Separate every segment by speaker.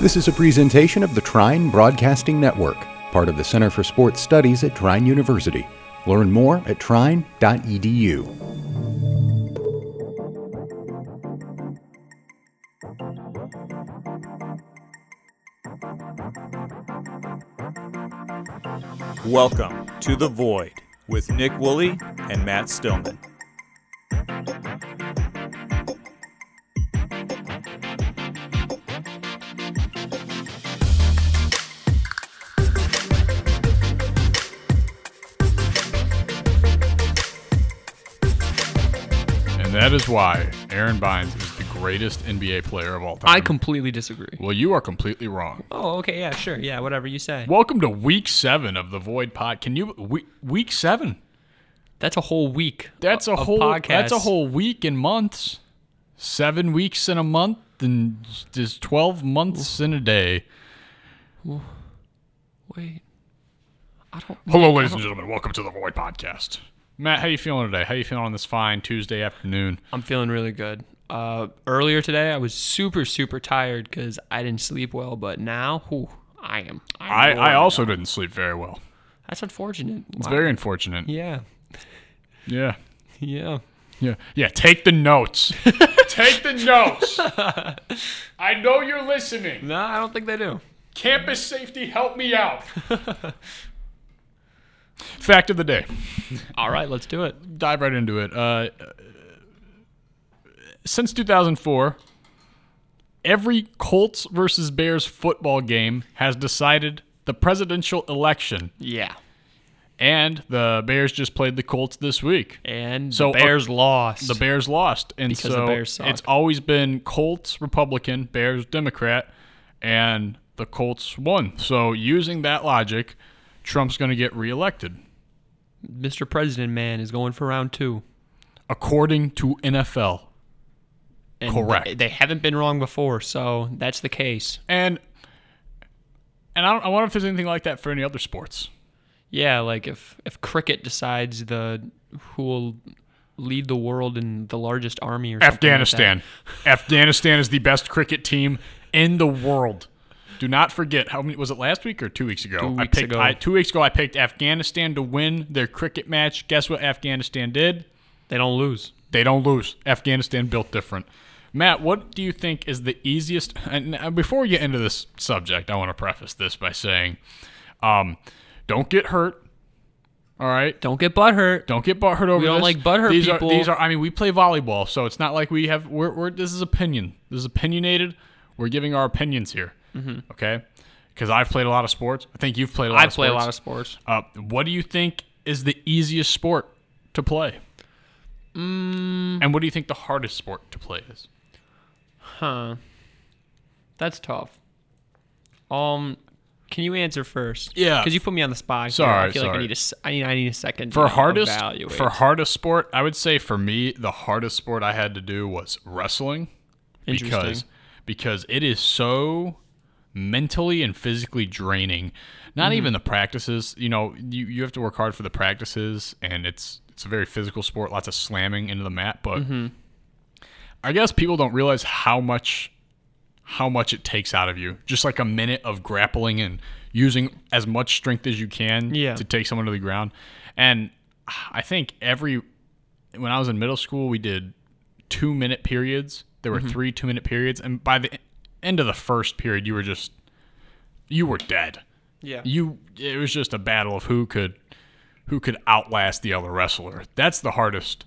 Speaker 1: This is a presentation of the Trine Broadcasting Network, part of the Center for Sports Studies at Trine University. Learn more at E trine.edu.
Speaker 2: Welcome to The Void with Nick Woolley and Matt Stillman.
Speaker 3: And that is why Aaron Bynes is the greatest NBA player of all time.
Speaker 4: I completely disagree.
Speaker 3: well, you are completely wrong.
Speaker 4: Oh, okay, yeah, sure, yeah, whatever you say.
Speaker 3: Welcome to week seven of the Void Pod. Can you we, week seven?
Speaker 4: That's a whole week.
Speaker 3: That's a,
Speaker 4: of
Speaker 3: whole
Speaker 4: podcast.
Speaker 3: that's a whole week in months. Seven weeks in a month and just twelve months in a day.
Speaker 4: Wait, I don't.
Speaker 3: Hello, ladies and gentlemen. Welcome to the Void Podcast. Matt, how you feeling today? How you feeling on this fine Tuesday afternoon?
Speaker 4: I'm feeling really good. Uh, earlier today, I was super super tired because I didn't sleep well, but now, whew, I am. I'm
Speaker 3: I, I
Speaker 4: roaring.
Speaker 3: also didn't sleep very well.
Speaker 4: That's unfortunate.
Speaker 3: It's
Speaker 4: Wow.
Speaker 3: very unfortunate.
Speaker 4: Yeah,
Speaker 3: Yeah.
Speaker 4: yeah.
Speaker 3: Yeah. Yeah. Take the notes. take the notes. I know you're listening.
Speaker 4: No, I don't think they do.
Speaker 3: Campus safety, help me out. Fact of the day.
Speaker 4: All right, let's do it.
Speaker 3: Dive right into it. Uh, since 2004, every Colts versus Bears football game has decided the presidential election,
Speaker 4: Yeah,
Speaker 3: and the Bears just played the Colts this week.
Speaker 4: and
Speaker 3: So,
Speaker 4: the Bears
Speaker 3: uh,
Speaker 4: lost.
Speaker 3: The Bears lost, and
Speaker 4: Because the
Speaker 3: so
Speaker 4: Bears suck.
Speaker 3: it's always been Colts Republican, Bears Democrat, and the Colts won. So using that logic, Trump's going to get reelected,
Speaker 4: Mr. President man is going for round two.
Speaker 3: according to NFL.
Speaker 4: And
Speaker 3: Correct.
Speaker 4: They, they haven't been wrong before, so that's the case.
Speaker 3: And and I, don't, I wonder if there's anything like that for any other sports.
Speaker 4: Yeah, like if if cricket decides the who will lead the world in the largest army or something like that.
Speaker 3: Afghanistan. Afghanistan is the best cricket team in the world. Do not forget how many was it last week or two weeks ago?
Speaker 4: Two
Speaker 3: I
Speaker 4: weeks
Speaker 3: picked
Speaker 4: ago.
Speaker 3: I, two weeks ago. I picked Afghanistan to win their cricket match. Guess what Afghanistan did?
Speaker 4: They don't lose.
Speaker 3: They don't lose. Afghanistan built different. Matt, what do you think is the easiest? And uh, before we get into this subject, I want to preface this by saying, um, don't get hurt. All right.
Speaker 4: Don't get butthurt.
Speaker 3: Don't get butthurt over.
Speaker 4: We don't
Speaker 3: this.
Speaker 4: like butthurt
Speaker 3: these
Speaker 4: people.
Speaker 3: Are, these are. I mean, we play volleyball, so it's not like we have. We're. we're this is opinion. This is opinionated. We're giving our opinions here. Mm-hmm. Okay. Because I've played a lot of sports. I think you've played a lot.
Speaker 4: I
Speaker 3: of
Speaker 4: play a
Speaker 3: sports.
Speaker 4: lot of sports.
Speaker 3: Uh, what do you think is the easiest sport to play?
Speaker 4: Mm.
Speaker 3: And what do you think the hardest sport to play is?
Speaker 4: Huh. That's tough. Um can you answer first?
Speaker 3: Yeah.
Speaker 4: Because you put me on the spot. here.
Speaker 3: Sorry,
Speaker 4: I feel like
Speaker 3: sorry.
Speaker 4: I need a, s- I need, I need a second
Speaker 3: For
Speaker 4: to
Speaker 3: hardest
Speaker 4: evaluate.
Speaker 3: for hardest sport, I would say for me the hardest sport I had to do was wrestling
Speaker 4: Interesting.
Speaker 3: because because it is so mentally and physically draining. Not
Speaker 4: Mm-hmm.
Speaker 3: even the practices, you know, you, you have to work hard for the practices and it's it's a very physical sport, lots of slamming into the mat, but
Speaker 4: Mm-hmm.
Speaker 3: I guess people don't realize how much how much it takes out of you. Just like a minute of grappling and using as much strength as you can
Speaker 4: Yeah.
Speaker 3: to take someone to the ground. And I think every when I was in middle school, we did two minute periods. There were three two minute periods, and by the end of the first period, you were just you were dead.
Speaker 4: yeah.
Speaker 3: You it was just a battle of who could who could outlast the other wrestler. That's the hardest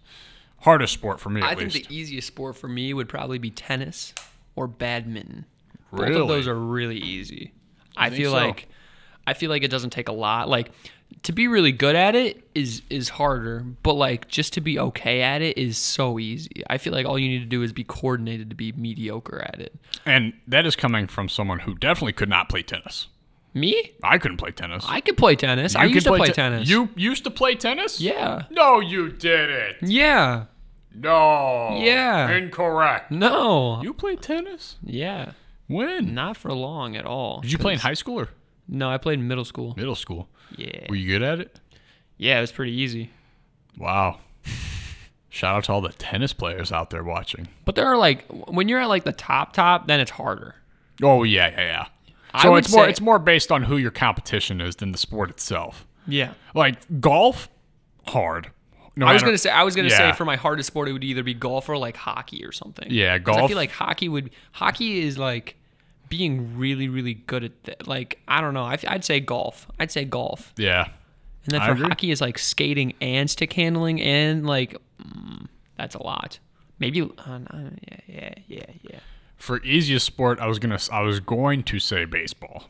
Speaker 3: hardest sport for me. At
Speaker 4: I
Speaker 3: least.
Speaker 4: think the easiest sport for me would probably be tennis or badminton. Both
Speaker 3: Really?
Speaker 4: of those are really easy. I,
Speaker 3: think
Speaker 4: feel
Speaker 3: so?
Speaker 4: like I feel like it doesn't take a lot. Like to be really good at it is is harder, but like just to be okay at it is so easy. I feel like all you need to do is be coordinated to be mediocre at it.
Speaker 3: And that is coming from someone who definitely could not play tennis.
Speaker 4: Me?
Speaker 3: I couldn't play tennis.
Speaker 4: I could play tennis. I
Speaker 3: You could
Speaker 4: used to play
Speaker 3: te-
Speaker 4: tennis.
Speaker 3: You used to play tennis?
Speaker 4: Yeah.
Speaker 3: No, you didn't.
Speaker 4: Yeah.
Speaker 3: No.
Speaker 4: Yeah.
Speaker 3: Incorrect.
Speaker 4: No.
Speaker 3: You played tennis?
Speaker 4: Yeah.
Speaker 3: When?
Speaker 4: Not for long at all.
Speaker 3: Did you play in
Speaker 4: 'cause-
Speaker 3: high school or
Speaker 4: No, I played in middle school.
Speaker 3: middle school?
Speaker 4: Yeah.
Speaker 3: Were you good at it?
Speaker 4: Yeah, it was pretty easy.
Speaker 3: Wow. Shout out to all the tennis players out there watching.
Speaker 4: But there are like when you're at like the top top, then it's harder.
Speaker 3: Oh yeah, yeah, yeah.
Speaker 4: I
Speaker 3: So
Speaker 4: would
Speaker 3: it's more
Speaker 4: say-
Speaker 3: it's more based on who your competition is than the sport itself.
Speaker 4: Yeah.
Speaker 3: Like golf, hard. No
Speaker 4: I was
Speaker 3: matter-
Speaker 4: gonna say I was gonna
Speaker 3: Yeah.
Speaker 4: say for my hardest sport it would either be golf or like hockey or something.
Speaker 3: Yeah,
Speaker 4: 'Cause I
Speaker 3: golf.
Speaker 4: feel like hockey would hockey is like being really really good at that. Like I don't know. I, I'd say golf. I'd say golf.
Speaker 3: yeah.
Speaker 4: And then
Speaker 3: I
Speaker 4: for
Speaker 3: agree.
Speaker 4: hockey is like skating and stick handling and like mm, that's a lot. Maybe uh, no, yeah yeah yeah yeah.
Speaker 3: For easiest sport, I was gonna I was going to say baseball,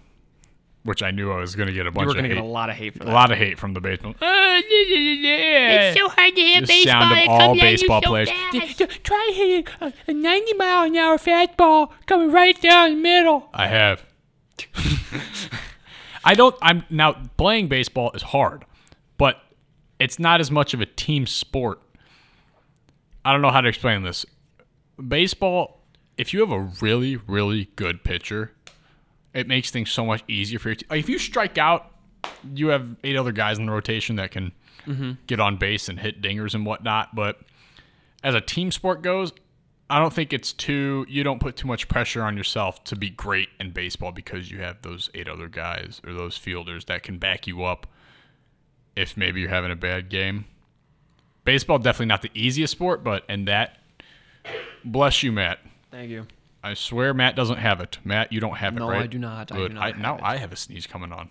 Speaker 3: which I knew I was gonna get a bunch.
Speaker 4: You were
Speaker 3: of
Speaker 4: gonna
Speaker 3: hate,
Speaker 4: get a lot of hate for
Speaker 3: a
Speaker 4: that.
Speaker 3: lot of hate from the baseball. Uh, yeah, yeah, yeah, yeah.
Speaker 5: It's so hard to hit
Speaker 3: The
Speaker 5: baseball.
Speaker 3: sound of
Speaker 5: It
Speaker 3: all
Speaker 5: comes at you
Speaker 3: baseball
Speaker 5: so
Speaker 3: players.
Speaker 5: fast.
Speaker 3: Try hitting a, a 90 mile an hour fastball coming right down the middle. I have. I don't. I'm now playing baseball is hard, but it's not as much of a team sport. I don't know how to explain this. Baseball, if you have a really, really good pitcher, it makes things so much easier for your team. If you strike out, you have eight other guys in the rotation that can get on base and hit dingers and whatnot. But as a team sport goes, I don't think it's too. You don't put too much pressure on yourself to be great in baseball because you have those eight other guys or those fielders that can back you up if maybe you're having a bad game. Baseball definitely not the easiest sport, but in that, bless you, Matt.
Speaker 4: Thank you.
Speaker 3: I swear Matt doesn't have it. Matt, you don't have it,
Speaker 4: No,
Speaker 3: right?
Speaker 4: I do not. I do
Speaker 3: Good.
Speaker 4: not have
Speaker 3: now
Speaker 4: it.
Speaker 3: I have a sneeze coming on.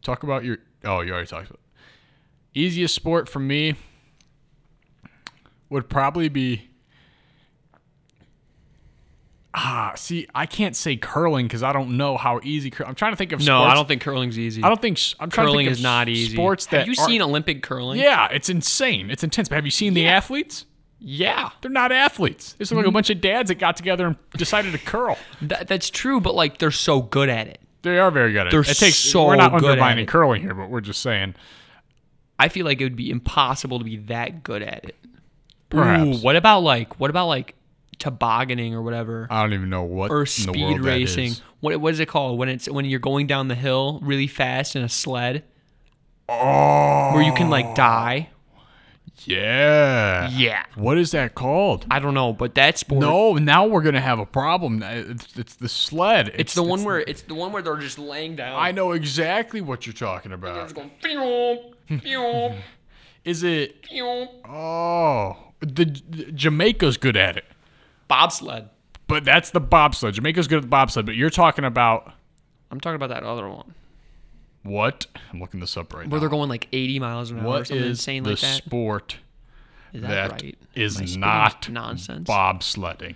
Speaker 3: Talk about your. Oh, you already talked about. It. Easiest sport for me would probably be. Ah, see, I can't say curling because I don't know how easy. Cur- I'm trying to think of.
Speaker 4: No,
Speaker 3: sports.
Speaker 4: I don't think curling's easy.
Speaker 3: I don't think. s- I'm trying to
Speaker 4: curling
Speaker 3: think of
Speaker 4: is not
Speaker 3: s-
Speaker 4: easy.
Speaker 3: Sports that
Speaker 4: have you
Speaker 3: aren't-
Speaker 4: seen Olympic curling?
Speaker 3: Yeah, it's insane. It's intense. But have you seen the athletes?
Speaker 4: Yeah.
Speaker 3: They're not athletes. It's
Speaker 4: Mm-hmm.
Speaker 3: like a bunch of dads that got together and decided to curl.
Speaker 4: That, that's true, but like they're so good at it.
Speaker 3: They are very good at
Speaker 4: They're
Speaker 3: it. it takes,
Speaker 4: so
Speaker 3: we're not
Speaker 4: good at
Speaker 3: undermining
Speaker 4: it.
Speaker 3: curling here, but we're just saying
Speaker 4: I feel like it would be impossible to be that good at it.
Speaker 3: perhaps.
Speaker 4: Ooh, what about like what about like tobogganing or whatever
Speaker 3: I don't even know what
Speaker 4: or
Speaker 3: Uh, in the
Speaker 4: speed
Speaker 3: world that
Speaker 4: racing?
Speaker 3: is.
Speaker 4: What what is it called when it's when you're going down the hill really fast in a sled
Speaker 3: Oh,
Speaker 4: where you can like die?
Speaker 3: yeah.
Speaker 4: Yeah.
Speaker 3: What is that called?
Speaker 4: I don't know, but that sport
Speaker 3: No, now we're gonna have a problem. It's, it's the sled.
Speaker 4: it's the one where it's the one where they're just laying down.
Speaker 3: I know exactly what you're talking about.
Speaker 4: It's going, "Pew, pew,
Speaker 3: Is it?
Speaker 4: pew."
Speaker 3: Oh, the, the Jamaica's good at it,
Speaker 4: Bobsled.
Speaker 3: but that's the bobsled. Jamaica's good at the bobsled, but you're talking about
Speaker 4: I'm talking about that other one.
Speaker 3: what? I'm looking this up right
Speaker 4: Where
Speaker 3: now.
Speaker 4: they're going like 80 miles an hour or
Speaker 3: What
Speaker 4: something
Speaker 3: is
Speaker 4: insane
Speaker 3: the
Speaker 4: like that.
Speaker 3: sport?
Speaker 4: Is
Speaker 3: That
Speaker 4: that right?
Speaker 3: is
Speaker 4: Am I speaking
Speaker 3: not
Speaker 4: nonsense.
Speaker 3: bobsledding.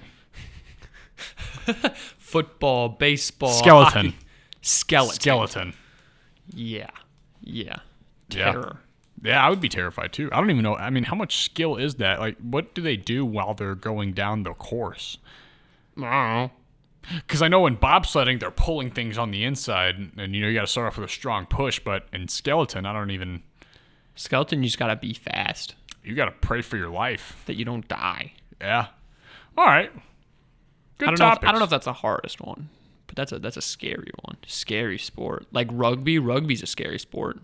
Speaker 4: Football, baseball,
Speaker 3: Skeleton.
Speaker 4: hockey. skeleton,
Speaker 3: Skeleton.
Speaker 4: Yeah, yeah.
Speaker 3: Yeah.
Speaker 4: Terror.
Speaker 3: Yeah, I would be terrified too. I don't even know. I mean, how much skill is that? Like, what do they do while they're going down the course? Because I know in bobsledding, they're pulling things on the inside, and, and, you know, you got to start off with a strong push. But in skeleton, I don't even.
Speaker 4: Skeleton, you just gotta be fast
Speaker 3: You got to pray for your life.
Speaker 4: that you don't die.
Speaker 3: Yeah. All right. Good
Speaker 4: I don't know. If,
Speaker 3: topics.
Speaker 4: I don't know if that's the hardest one, but that's a that's a scary one. Scary sport, like rugby. Rugby's a scary sport.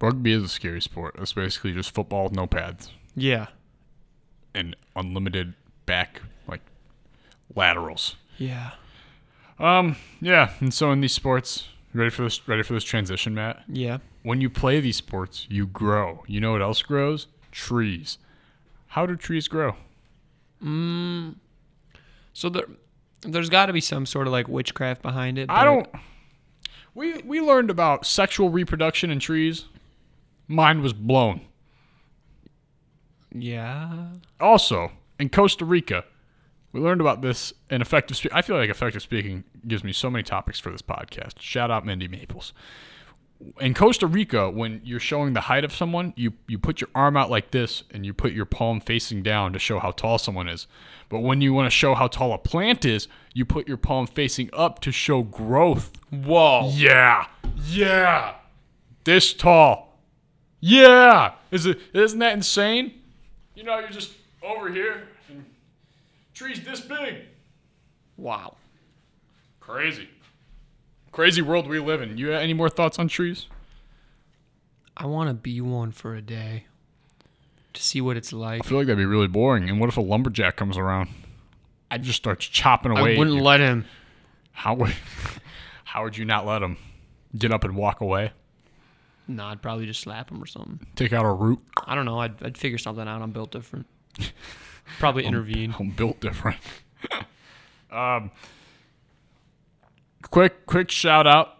Speaker 3: Rugby is a scary sport. It's basically just football with no pads.
Speaker 4: Yeah,
Speaker 3: and unlimited back like laterals.
Speaker 4: yeah.
Speaker 3: Um, Yeah, and so in these sports, you ready for this ready for this transition, Matt?
Speaker 4: Yeah.
Speaker 3: When you play these sports, you grow. You know what else grows? Trees. How do trees grow?
Speaker 4: So there, there's got to be some sort of like witchcraft behind it.
Speaker 3: I
Speaker 4: but-
Speaker 3: don't We we learned about sexual reproduction in trees. Mine was blown.
Speaker 4: Yeah.
Speaker 3: Also, in Costa Rica, we learned about this in effective speaking. I feel like effective speaking gives me so many topics for this podcast. Shout out Mindy Maples. In Costa Rica, when you're showing the height of someone, you, you put your arm out like this and you put your palm facing down to show how tall someone is. But when you want to show how tall a plant is, you put your palm facing up to show growth.
Speaker 4: Whoa.
Speaker 3: Yeah. Yeah. This tall. Yeah. Is it isn't that insane? You know, you're just over here and trees this big.
Speaker 4: Wow.
Speaker 3: Crazy. Crazy world we live in. You have any more thoughts on trees?
Speaker 4: I want to be one for a day to see what it's like.
Speaker 3: I feel like that'd be really boring. And what if a lumberjack comes around? I just starts chopping away.
Speaker 4: I
Speaker 3: at
Speaker 4: wouldn't
Speaker 3: you.
Speaker 4: let him.
Speaker 3: how would how would you not let him get up and walk away?
Speaker 4: No, I'd probably just slap him or something.
Speaker 3: Take out a root.
Speaker 4: I don't know. I'd, I'd figure something out. I'm built different. Probably intervene.
Speaker 3: I'm built different. um, quick quick shout out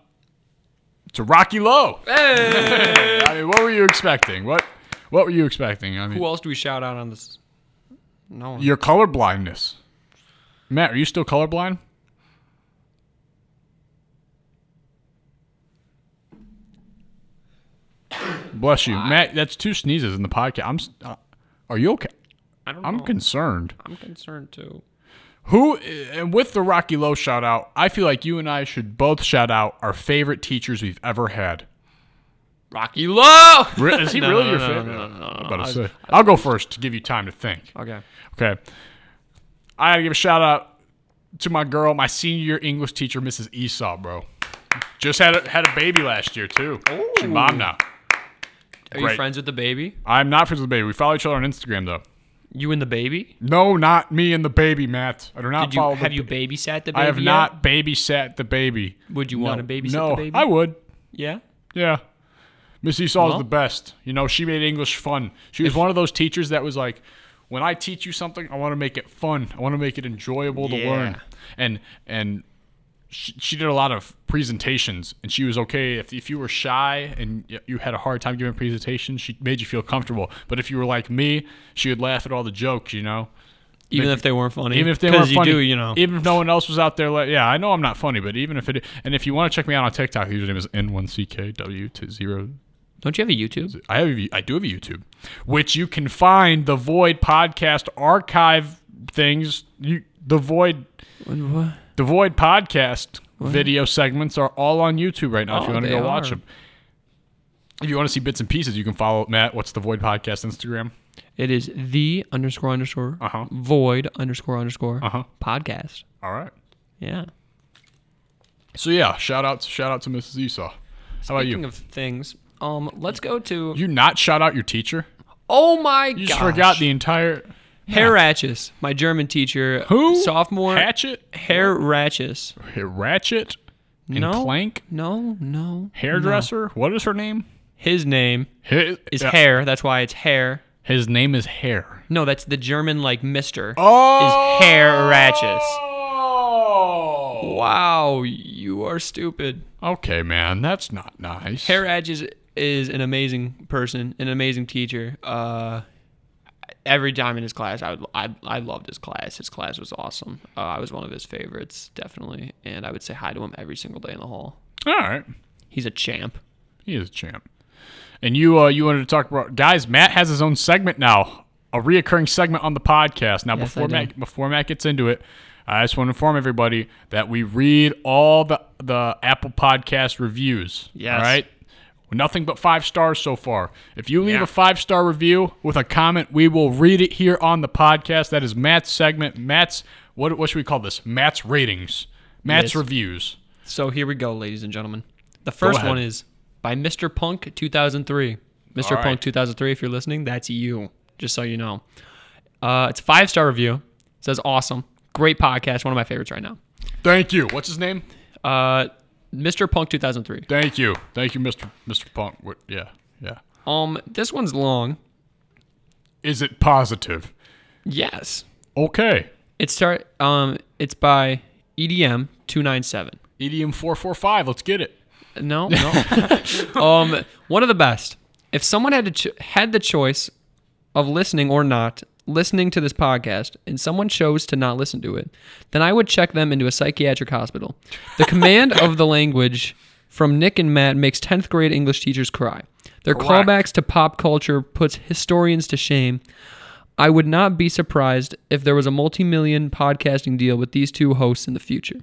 Speaker 3: to Rocky Low. I mean, what were you expecting? What what were you expecting? I mean,
Speaker 4: Who else do we shout out on this? No one.
Speaker 3: your color blindness. Matt, are you still colorblind? Bless you, Matt. That's two sneezes in the podcast. I'm. s- Uh, are you okay?
Speaker 4: I don't
Speaker 3: I'm
Speaker 4: know.
Speaker 3: concerned.
Speaker 4: I'm concerned too.
Speaker 3: Who and with the Rocky Low shout out, I feel like you and I should both shout out our favorite teachers we've ever had.
Speaker 4: Rocky Low.
Speaker 3: Re- Is he
Speaker 4: No,
Speaker 3: really
Speaker 4: no,
Speaker 3: your
Speaker 4: no,
Speaker 3: favorite?
Speaker 4: no, no, no,
Speaker 3: I'm about to
Speaker 4: I-
Speaker 3: say. I'll go first to give you time to think.
Speaker 4: Okay.
Speaker 3: Okay. I gotta give a shout out to my girl, my senior year English teacher, Mrs. Esau, bro. Just had a, had a baby last year too. She's mom now.
Speaker 4: Are
Speaker 3: Great.
Speaker 4: you friends with the baby?
Speaker 3: I'm not friends with the baby. We follow each other on Instagram though.
Speaker 4: You and the baby?
Speaker 3: No, not me and the baby, Matt. I do not
Speaker 4: Did you
Speaker 3: follow. the
Speaker 4: have you
Speaker 3: ba-
Speaker 4: babysat the baby?
Speaker 3: I have
Speaker 4: yet?
Speaker 3: not babysat the baby.
Speaker 4: Would you want to babysit
Speaker 3: no,
Speaker 4: the baby?
Speaker 3: I would.
Speaker 4: Yeah.
Speaker 3: Yeah. Miss Esau is
Speaker 4: Well.
Speaker 3: the best. You know, she made English fun. She was one of those teachers that was like, when I teach you something, I want to make it fun. I want to make it enjoyable to
Speaker 4: Yeah.
Speaker 3: learn. And and she, she did a lot of presentations, and she was okay if if you were shy and y- you had a hard time giving presentations, she made you feel comfortable. But if you were like me, she would laugh at all the jokes. You know.
Speaker 4: Even if they weren't funny.
Speaker 3: Even if they were
Speaker 4: 'Cause
Speaker 3: funny,
Speaker 4: you do, you know.
Speaker 3: Even if no one else was out there, like, yeah, I know I'm not funny, but even if it, and if you want to check me out on TikTok, the username is n1ckw20.
Speaker 4: Don't you have a YouTube?
Speaker 3: I have, a- I do have a YouTube, which you can find the Void podcast archive things. You the Void
Speaker 4: What?
Speaker 3: the Void podcast video segments are all on YouTube right now. if
Speaker 4: Oh,
Speaker 3: you want to
Speaker 4: they
Speaker 3: go watch
Speaker 4: are.
Speaker 3: them, if you want to see bits and pieces, you can follow Matt. What's the Void podcast Instagram?
Speaker 4: It is the underscore underscore
Speaker 3: Uh-huh.
Speaker 4: void underscore underscore
Speaker 3: Uh-huh.
Speaker 4: podcast.
Speaker 3: All right.
Speaker 4: Yeah.
Speaker 3: So yeah, shout out shout out to Mrs. Esau. How about
Speaker 4: Speaking
Speaker 3: you?
Speaker 4: of things, um, let's go to.
Speaker 3: you not shout out your teacher?
Speaker 4: oh my god!
Speaker 3: You just forgot the entire
Speaker 4: Herr Ratchis, my German teacher.
Speaker 3: who
Speaker 4: Sophomore.
Speaker 3: hatchet,
Speaker 4: Herr Ratchis.
Speaker 3: ratchet, and
Speaker 4: No.
Speaker 3: plank
Speaker 4: No, no.
Speaker 3: hairdresser. What is her name?
Speaker 4: His name
Speaker 3: His,
Speaker 4: is
Speaker 3: yeah.
Speaker 4: Hair. That's why it's Hair.
Speaker 3: His name is Hair.
Speaker 4: No, that's the German like Mister.
Speaker 3: Oh,
Speaker 4: Is Herr Ratchis.
Speaker 3: Oh,
Speaker 4: Wow, you are stupid.
Speaker 3: okay, man, that's not nice.
Speaker 4: Hair Edge is, is an amazing person, an amazing teacher. Uh, every time in his class, I would I, I loved his class. His class was awesome. Uh, I was one of his favorites, definitely, and I would say hi to him every single day in the hall.
Speaker 3: All right,
Speaker 4: He's a champ.
Speaker 3: he is a champ. And you, uh, you wanted to talk about guys. Matt has his own segment now, a reoccurring segment on the podcast. Now,
Speaker 4: Yes, I
Speaker 3: before
Speaker 4: do.
Speaker 3: Matt, before Matt gets into it, I just want to inform everybody that we read all the the Apple Podcast reviews.
Speaker 4: Yes.
Speaker 3: All right. Nothing but five stars so far. If you leave a five star review with a comment, we will read it here on the podcast. That is Matt's segment. Matt's what? What should we call this? Matt's ratings. Matt's
Speaker 4: Yes.
Speaker 3: reviews.
Speaker 4: So here we go, ladies and gentlemen. The first
Speaker 3: ahead.
Speaker 4: one is by Mr. Punk 2003. Mr.
Speaker 3: All right.
Speaker 4: Punk 2003, if you're listening, that's you, just so you know. Uh, it's a five star review. It says awesome. Great podcast. One of my favorites right now.
Speaker 3: Thank you. What's his name?
Speaker 4: Uh, Mr. Punk 2003.
Speaker 3: Thank you. Thank you, Mr. Mr. Punk. What- Yeah, yeah.
Speaker 4: Um, this one's long.
Speaker 3: Is it positive?
Speaker 4: Yes.
Speaker 3: Okay.
Speaker 4: It start. Um, it's by E EDM 297.
Speaker 3: EDM four four five. Let's get it.
Speaker 4: No, no. um, one of the best. If someone had to cho- had the choice of listening or not listening to this podcast, and someone chose to not listen to it, then I would check them into a psychiatric hospital. The command of the language from Nick and Matt makes 10th grade English teachers cry. Their
Speaker 3: Correct.
Speaker 4: callbacks to pop culture puts historians to shame. I would not be surprised if there was a multi-million podcasting deal with these two hosts in the future.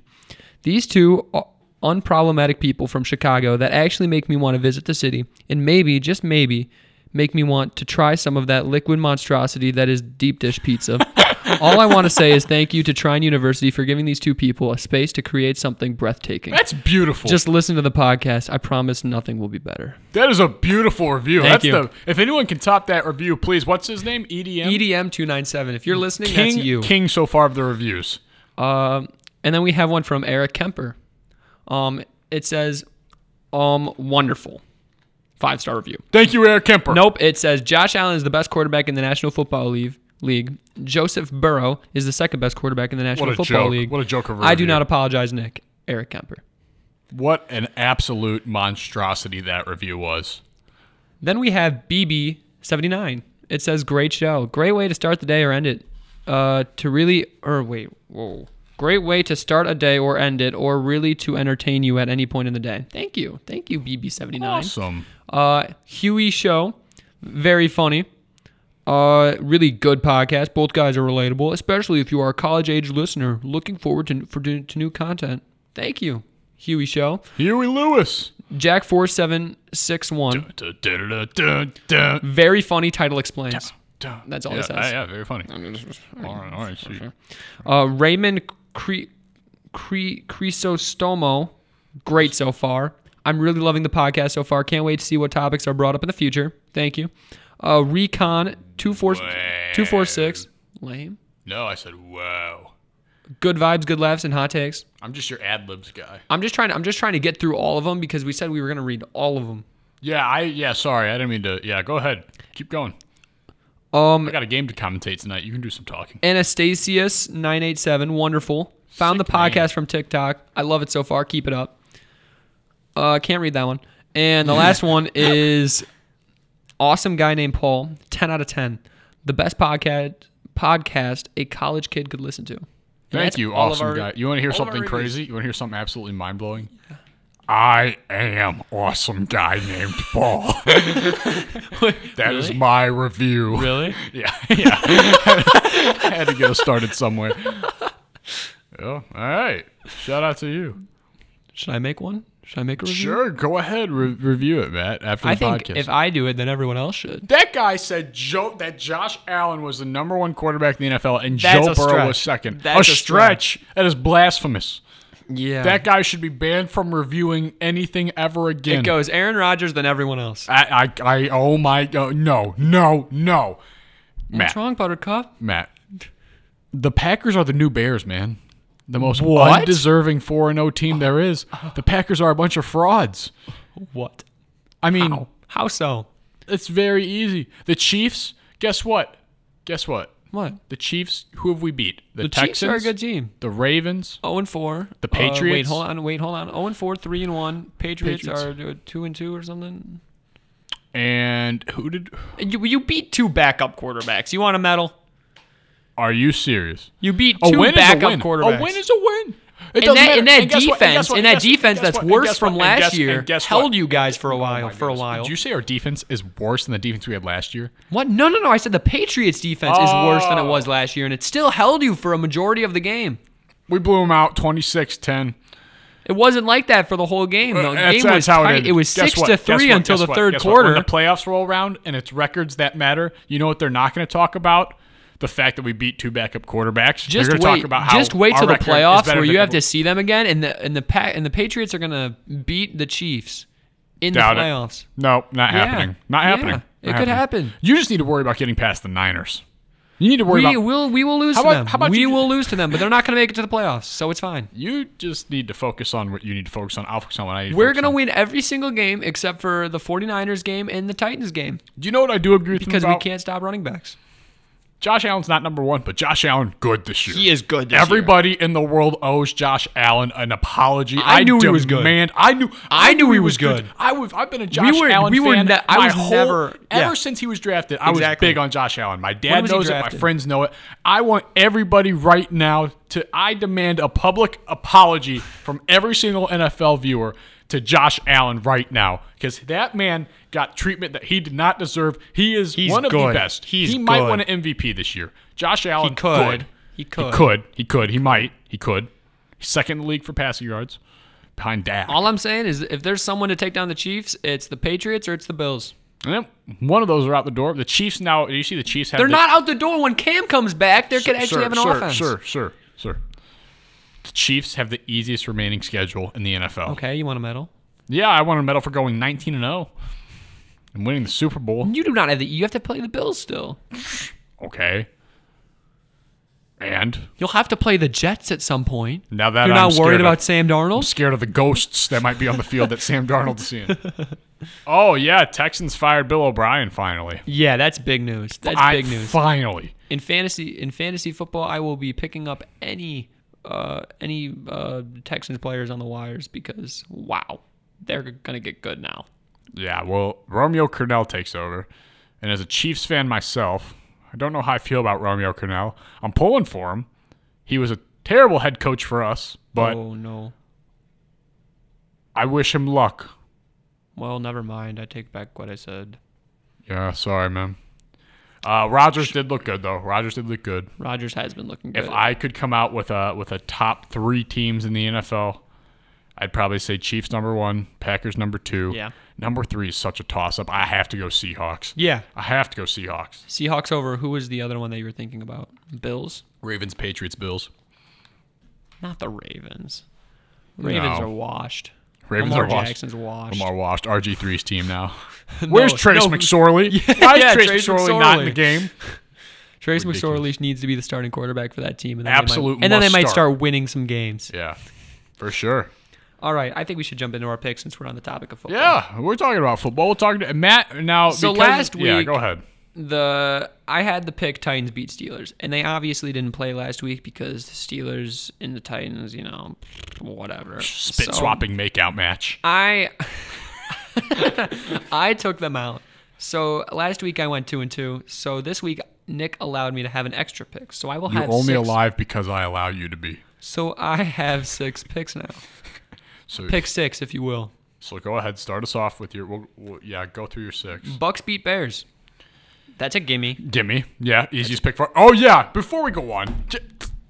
Speaker 4: These two are unproblematic people from Chicago that actually make me want to visit the city and maybe, just maybe, make me want to try some of that liquid monstrosity that is deep dish pizza. All I want to say is thank you to Trine University for giving these two people a space to create something breathtaking.
Speaker 3: That's beautiful.
Speaker 4: Just listen to the podcast. I promise nothing will be better.
Speaker 3: that is a beautiful review.
Speaker 4: Thank
Speaker 3: That's
Speaker 4: you.
Speaker 3: the if anyone can top that review, please. What's his name? EDM.
Speaker 4: EDM E two nine seven. If you're listening,
Speaker 3: King,
Speaker 4: that's you.
Speaker 3: King so far of the reviews.
Speaker 4: Um, and then we have one from Eric Kemper. Um, it says, um, wonderful, five star review.
Speaker 3: Thank you, Eric Kemper.
Speaker 4: Nope. It says Josh Allen is the best quarterback in the National Football League. League. Joseph Burrow is the second best quarterback in the National
Speaker 3: What a
Speaker 4: Football
Speaker 3: joke.
Speaker 4: League.
Speaker 3: What a joke of a
Speaker 4: I do
Speaker 3: review.
Speaker 4: not apologize, Nick. Eric Kemper.
Speaker 3: What an absolute monstrosity that review was.
Speaker 4: Then we have BB79. It says great show. Great way to start the day or end it. Uh, to really or wait, whoa. Great way to start a day or end it, or really to entertain you at any point in the day. Thank you. Thank you, BB79.
Speaker 3: Awesome.
Speaker 4: Uh, Huey Show, very funny. Uh, really good podcast. Both guys are relatable, especially if you are a college age listener looking forward to for to, to new content. Thank you, Huey Show.
Speaker 3: Huey Lewis.
Speaker 4: Jack four seven six one.
Speaker 3: Dun, dun, dun, dun, dun,
Speaker 4: Very funny title explains.
Speaker 3: dun.
Speaker 4: That's all
Speaker 3: yeah,
Speaker 4: it says.
Speaker 3: Yeah, yeah, very funny. All right, all right, sweet.
Speaker 4: Uh, Raymond Cre- Cre- Chrysostomo, great so far. I'm really loving the podcast so far. Can't wait to see what topics are brought up in the future. Thank you. Uh, Recon 246, lame.
Speaker 3: No, I said wow.
Speaker 4: Good vibes, good laughs, and hot takes.
Speaker 3: I'm just your ad libs guy.
Speaker 4: I'm just trying. I'm just trying to get through all of them because we said we were gonna read all of them.
Speaker 3: Yeah, I yeah. Sorry, I didn't mean to. Yeah, go ahead. Keep going.
Speaker 4: Um,
Speaker 3: I got a game to commentate tonight. You can do some talking.
Speaker 4: Anastasius nine eight seven, wonderful. Found the
Speaker 3: Sick name.
Speaker 4: podcast from TikTok. I love it so far. Keep it up. Uh, can't read that one. And the last one is awesome guy named Paul. Ten out of ten. The best podcast podcast a college kid could listen to. And
Speaker 3: Thank
Speaker 4: that's
Speaker 3: you,
Speaker 4: all of
Speaker 3: awesome
Speaker 4: our-
Speaker 3: guy. You want to hear
Speaker 4: all of our
Speaker 3: something
Speaker 4: reviews.
Speaker 3: crazy? You want to hear something absolutely mind blowing? I am awesome guy named Paul. That is my review.
Speaker 4: Really?
Speaker 3: Yeah, yeah. I had to get us started somewhere. Oh, all right. Shout out to you.
Speaker 4: Should I make one? Should I make a review?
Speaker 3: Sure, go ahead re- review it, Matt. After the
Speaker 4: I think
Speaker 3: podcast,
Speaker 4: if I do it, then everyone else should.
Speaker 3: that guy said Joe that Josh Allen was the number one quarterback in the NFL and
Speaker 4: That's
Speaker 3: Joe
Speaker 4: a
Speaker 3: Burrow
Speaker 4: stretch.
Speaker 3: was second,
Speaker 4: That's
Speaker 3: a
Speaker 4: a
Speaker 3: stretch. That is blasphemous.
Speaker 4: Yeah.
Speaker 3: That guy should be banned from reviewing anything ever again.
Speaker 4: it goes Aaron Rodgers, then everyone else.
Speaker 3: I, I, I, oh my god, no, no, no. Matt,
Speaker 4: What's wrong, Buttercup?
Speaker 3: Matt, the Packers are the new Bears, man. The most
Speaker 4: What?
Speaker 3: undeserving four and zero team there is. The Packers are a bunch of frauds.
Speaker 4: What?
Speaker 3: I mean,
Speaker 4: How? How so?
Speaker 3: it's very easy. The Chiefs, guess what? Guess what?
Speaker 4: What?
Speaker 3: The Chiefs, who have we beat? The,
Speaker 4: The
Speaker 3: Texans,
Speaker 4: Chiefs are a good team.
Speaker 3: the Ravens.
Speaker 4: 0 and 4.
Speaker 3: The
Speaker 4: Uh, wait,
Speaker 3: Patriots?
Speaker 4: hold on. Wait, hold on. 0 and 4, 3 and 1. Patriots, are uh, 2 and 2 or something.
Speaker 3: And who did?
Speaker 4: You, you beat two backup quarterbacks. You want a medal?
Speaker 3: Are you serious?
Speaker 4: You beat
Speaker 3: A
Speaker 4: two
Speaker 3: win is a
Speaker 4: backup
Speaker 3: win.
Speaker 4: quarterbacks.
Speaker 3: A win is a win. It
Speaker 4: and
Speaker 3: doesn't
Speaker 4: that,
Speaker 3: matter.
Speaker 4: and that
Speaker 3: And guess what? And guess
Speaker 4: defense,
Speaker 3: what? And
Speaker 4: and that
Speaker 3: guess what?
Speaker 4: defense
Speaker 3: And
Speaker 4: that's
Speaker 3: guess what?
Speaker 4: worse
Speaker 3: And
Speaker 4: from
Speaker 3: guess what?
Speaker 4: last
Speaker 3: And guess-
Speaker 4: year
Speaker 3: and guess
Speaker 4: held
Speaker 3: what? Oh
Speaker 4: you guys for a while.
Speaker 3: My
Speaker 4: for a
Speaker 3: goodness.
Speaker 4: while.
Speaker 3: Did you say our defense is worse than the defense we had last year?
Speaker 4: what? No, no, no. I said the Patriots defense is worse than it
Speaker 3: Oh.
Speaker 4: was last year, and it still held you for a majority of the game.
Speaker 3: We blew them out 26-10.
Speaker 4: It wasn't like that for the whole game. The
Speaker 3: Uh,
Speaker 4: game was tight. It, was
Speaker 3: Guess
Speaker 4: six
Speaker 3: what?
Speaker 4: to
Speaker 3: Guess
Speaker 4: three
Speaker 3: what?
Speaker 4: until
Speaker 3: Guess
Speaker 4: the
Speaker 3: what?
Speaker 4: third
Speaker 3: Guess what?
Speaker 4: quarter.
Speaker 3: When the playoffs roll around and it's records that matter, you know what they're not going to talk about? The fact that we beat two backup quarterbacks. They're
Speaker 4: just
Speaker 3: gonna
Speaker 4: wait.
Speaker 3: talk about how
Speaker 4: just wait
Speaker 3: our
Speaker 4: till the
Speaker 3: record is
Speaker 4: playoffs
Speaker 3: better
Speaker 4: where
Speaker 3: than
Speaker 4: you
Speaker 3: everyone-
Speaker 4: have to see them again, and the and the pa- and the Patriots are gonna beat the Chiefs in
Speaker 3: Doubt it.
Speaker 4: the playoffs.
Speaker 3: No, not
Speaker 4: Yeah.
Speaker 3: happening. Not
Speaker 4: Yeah.
Speaker 3: happening.
Speaker 4: It
Speaker 3: Not
Speaker 4: could
Speaker 3: happening.
Speaker 4: happen.
Speaker 3: You just need to worry about getting past the Niners. You need to worry
Speaker 4: We
Speaker 3: about.
Speaker 4: will we will lose
Speaker 3: How
Speaker 4: to
Speaker 3: about-
Speaker 4: them.
Speaker 3: how about
Speaker 4: we
Speaker 3: you-
Speaker 4: will lose to them, but they're not gonna make it to the playoffs, so it's fine.
Speaker 3: You just need to focus on what you need to focus on. I'll focus on what I need. to
Speaker 4: We're
Speaker 3: focus
Speaker 4: gonna
Speaker 3: on.
Speaker 4: win every single game except for the 49ers game and the Titans game
Speaker 3: Do you know what I do agree with
Speaker 4: because
Speaker 3: him
Speaker 4: we
Speaker 3: about?
Speaker 4: can't stop running backs.
Speaker 3: Josh Allen's not number one, but Josh Allen good this year.
Speaker 4: is good.
Speaker 3: Everybody in the world owes Josh Allen an apology.
Speaker 4: I knew he was good.
Speaker 3: demand- I knew. I,
Speaker 4: knew he was good.
Speaker 3: I was. I've been a Josh
Speaker 4: were-
Speaker 3: Allen
Speaker 4: we were
Speaker 3: fan.
Speaker 4: ne- I
Speaker 3: my
Speaker 4: was
Speaker 3: whole-
Speaker 4: never- yeah.
Speaker 3: Ever since he was drafted, I
Speaker 4: Exactly.
Speaker 3: was big on Josh Allen. My dad
Speaker 4: was he
Speaker 3: knows it. My
Speaker 4: drafted?
Speaker 3: friends know it. I want everybody right now to. I demand a public apology from every single NFL viewer to Josh Allen right now because that man got treatment that he did not deserve. He is one of the
Speaker 4: good.
Speaker 3: best.
Speaker 4: He's
Speaker 3: he might
Speaker 4: good.
Speaker 3: win an MVP this year. Josh Allen
Speaker 4: could.
Speaker 3: good.
Speaker 4: He could.
Speaker 3: He could. He could. He might. He could. He's second in the league for passing yards behind Dak.
Speaker 4: All I'm saying is if there's someone to take down the Chiefs, it's the Patriots or it's the Bills.
Speaker 3: And then one of those are out the door. The Chiefs now. You see the Chiefs have.
Speaker 4: They're
Speaker 3: the-
Speaker 4: not out the door when Cam comes back. They could actually
Speaker 3: sir,
Speaker 4: have an
Speaker 3: sir,
Speaker 4: offense.
Speaker 3: Sir, sir, sir. The Chiefs have the easiest remaining schedule in the NFL.
Speaker 4: Okay, you want a medal?
Speaker 3: Yeah, I won a medal for going 19 and 0 and winning the Super Bowl.
Speaker 4: You do not have the. You have to play the Bills still.
Speaker 3: Okay. And
Speaker 4: You'll have to play the Jets at some point.
Speaker 3: now that
Speaker 4: You're
Speaker 3: I'm
Speaker 4: not
Speaker 3: scared
Speaker 4: worried
Speaker 3: of-
Speaker 4: about Sam Darnold.
Speaker 3: I'm scared of the ghosts that might be on the field that Sam Darnold's seeing. Oh yeah, Texans fired Bill O'Brien finally.
Speaker 4: Yeah, that's big news. That's
Speaker 3: I-
Speaker 4: big news.
Speaker 3: Finally.
Speaker 4: in fantasy, in fantasy football, I will be picking up any uh, any uh, Texans players on the wires because wow, they're gonna get good now.
Speaker 3: Yeah, well, Romeo Cornell takes over. And as a Chiefs fan myself, I don't know how I feel about Romeo Cornell. I'm pulling for him. He was a terrible head coach for us, but
Speaker 4: oh no.
Speaker 3: I wish him luck.
Speaker 4: Well, never mind. I take back what I said.
Speaker 3: Yeah, sorry, man. Uh, Rogers did look good though. Rogers did look good.
Speaker 4: Rogers has been looking good.
Speaker 3: If I could come out with a with a top three teams in the NFL, I'd probably say Chiefs number one, Packers number two.
Speaker 4: Yeah.
Speaker 3: Number three is such a toss up. I have to go Seahawks.
Speaker 4: yeah.
Speaker 3: I have to go Seahawks.
Speaker 4: Seahawks over. Who was the other one that you were thinking about? Bills?
Speaker 3: Ravens, Patriots, Bills.
Speaker 4: Not the Ravens. Ravens
Speaker 3: No.
Speaker 4: are washed.
Speaker 3: Ravens
Speaker 4: Lamar
Speaker 3: are washed.
Speaker 4: Jackson's washed.
Speaker 3: Lamar washed. RG3's team now. Where's Trace
Speaker 4: no.
Speaker 3: McSorley? Why is
Speaker 4: yeah,
Speaker 3: Trace,
Speaker 4: Trace
Speaker 3: McSorley, not in the
Speaker 4: McSorley.
Speaker 3: game?
Speaker 4: Trace McSorley needs to be the starting quarterback for that team. And then
Speaker 3: Absolute
Speaker 4: They might, and then they
Speaker 3: must
Speaker 4: might
Speaker 3: start.
Speaker 4: start winning some games.
Speaker 3: Yeah, for sure.
Speaker 4: All right. I think we should jump into our picks since we're on the topic of football.
Speaker 3: Yeah, we're talking about football. We're talking to Matt now.
Speaker 4: So
Speaker 3: because-
Speaker 4: last
Speaker 3: yeah,
Speaker 4: week-
Speaker 3: go ahead.
Speaker 4: The I had the pick Titans beat Steelers, and they obviously didn't play last week because the Steelers and the Titans, you know, whatever.
Speaker 3: Spit
Speaker 4: So-
Speaker 3: swapping makeout match.
Speaker 4: I I took them out. So last week I went two and two. So this week Nick allowed me to have an extra pick. So I will
Speaker 3: You're
Speaker 4: have
Speaker 3: only
Speaker 4: six.
Speaker 3: alive because I allow you to be.
Speaker 4: So I have six picks now.
Speaker 3: So
Speaker 4: Pick six, if you will.
Speaker 3: So go ahead, start us off with your. We'll, we'll, yeah, go through your six.
Speaker 4: Bucks beat Bears. That's a gimme.
Speaker 3: Gimme. Yeah, easiest pick for. Oh yeah. Before we go on, j-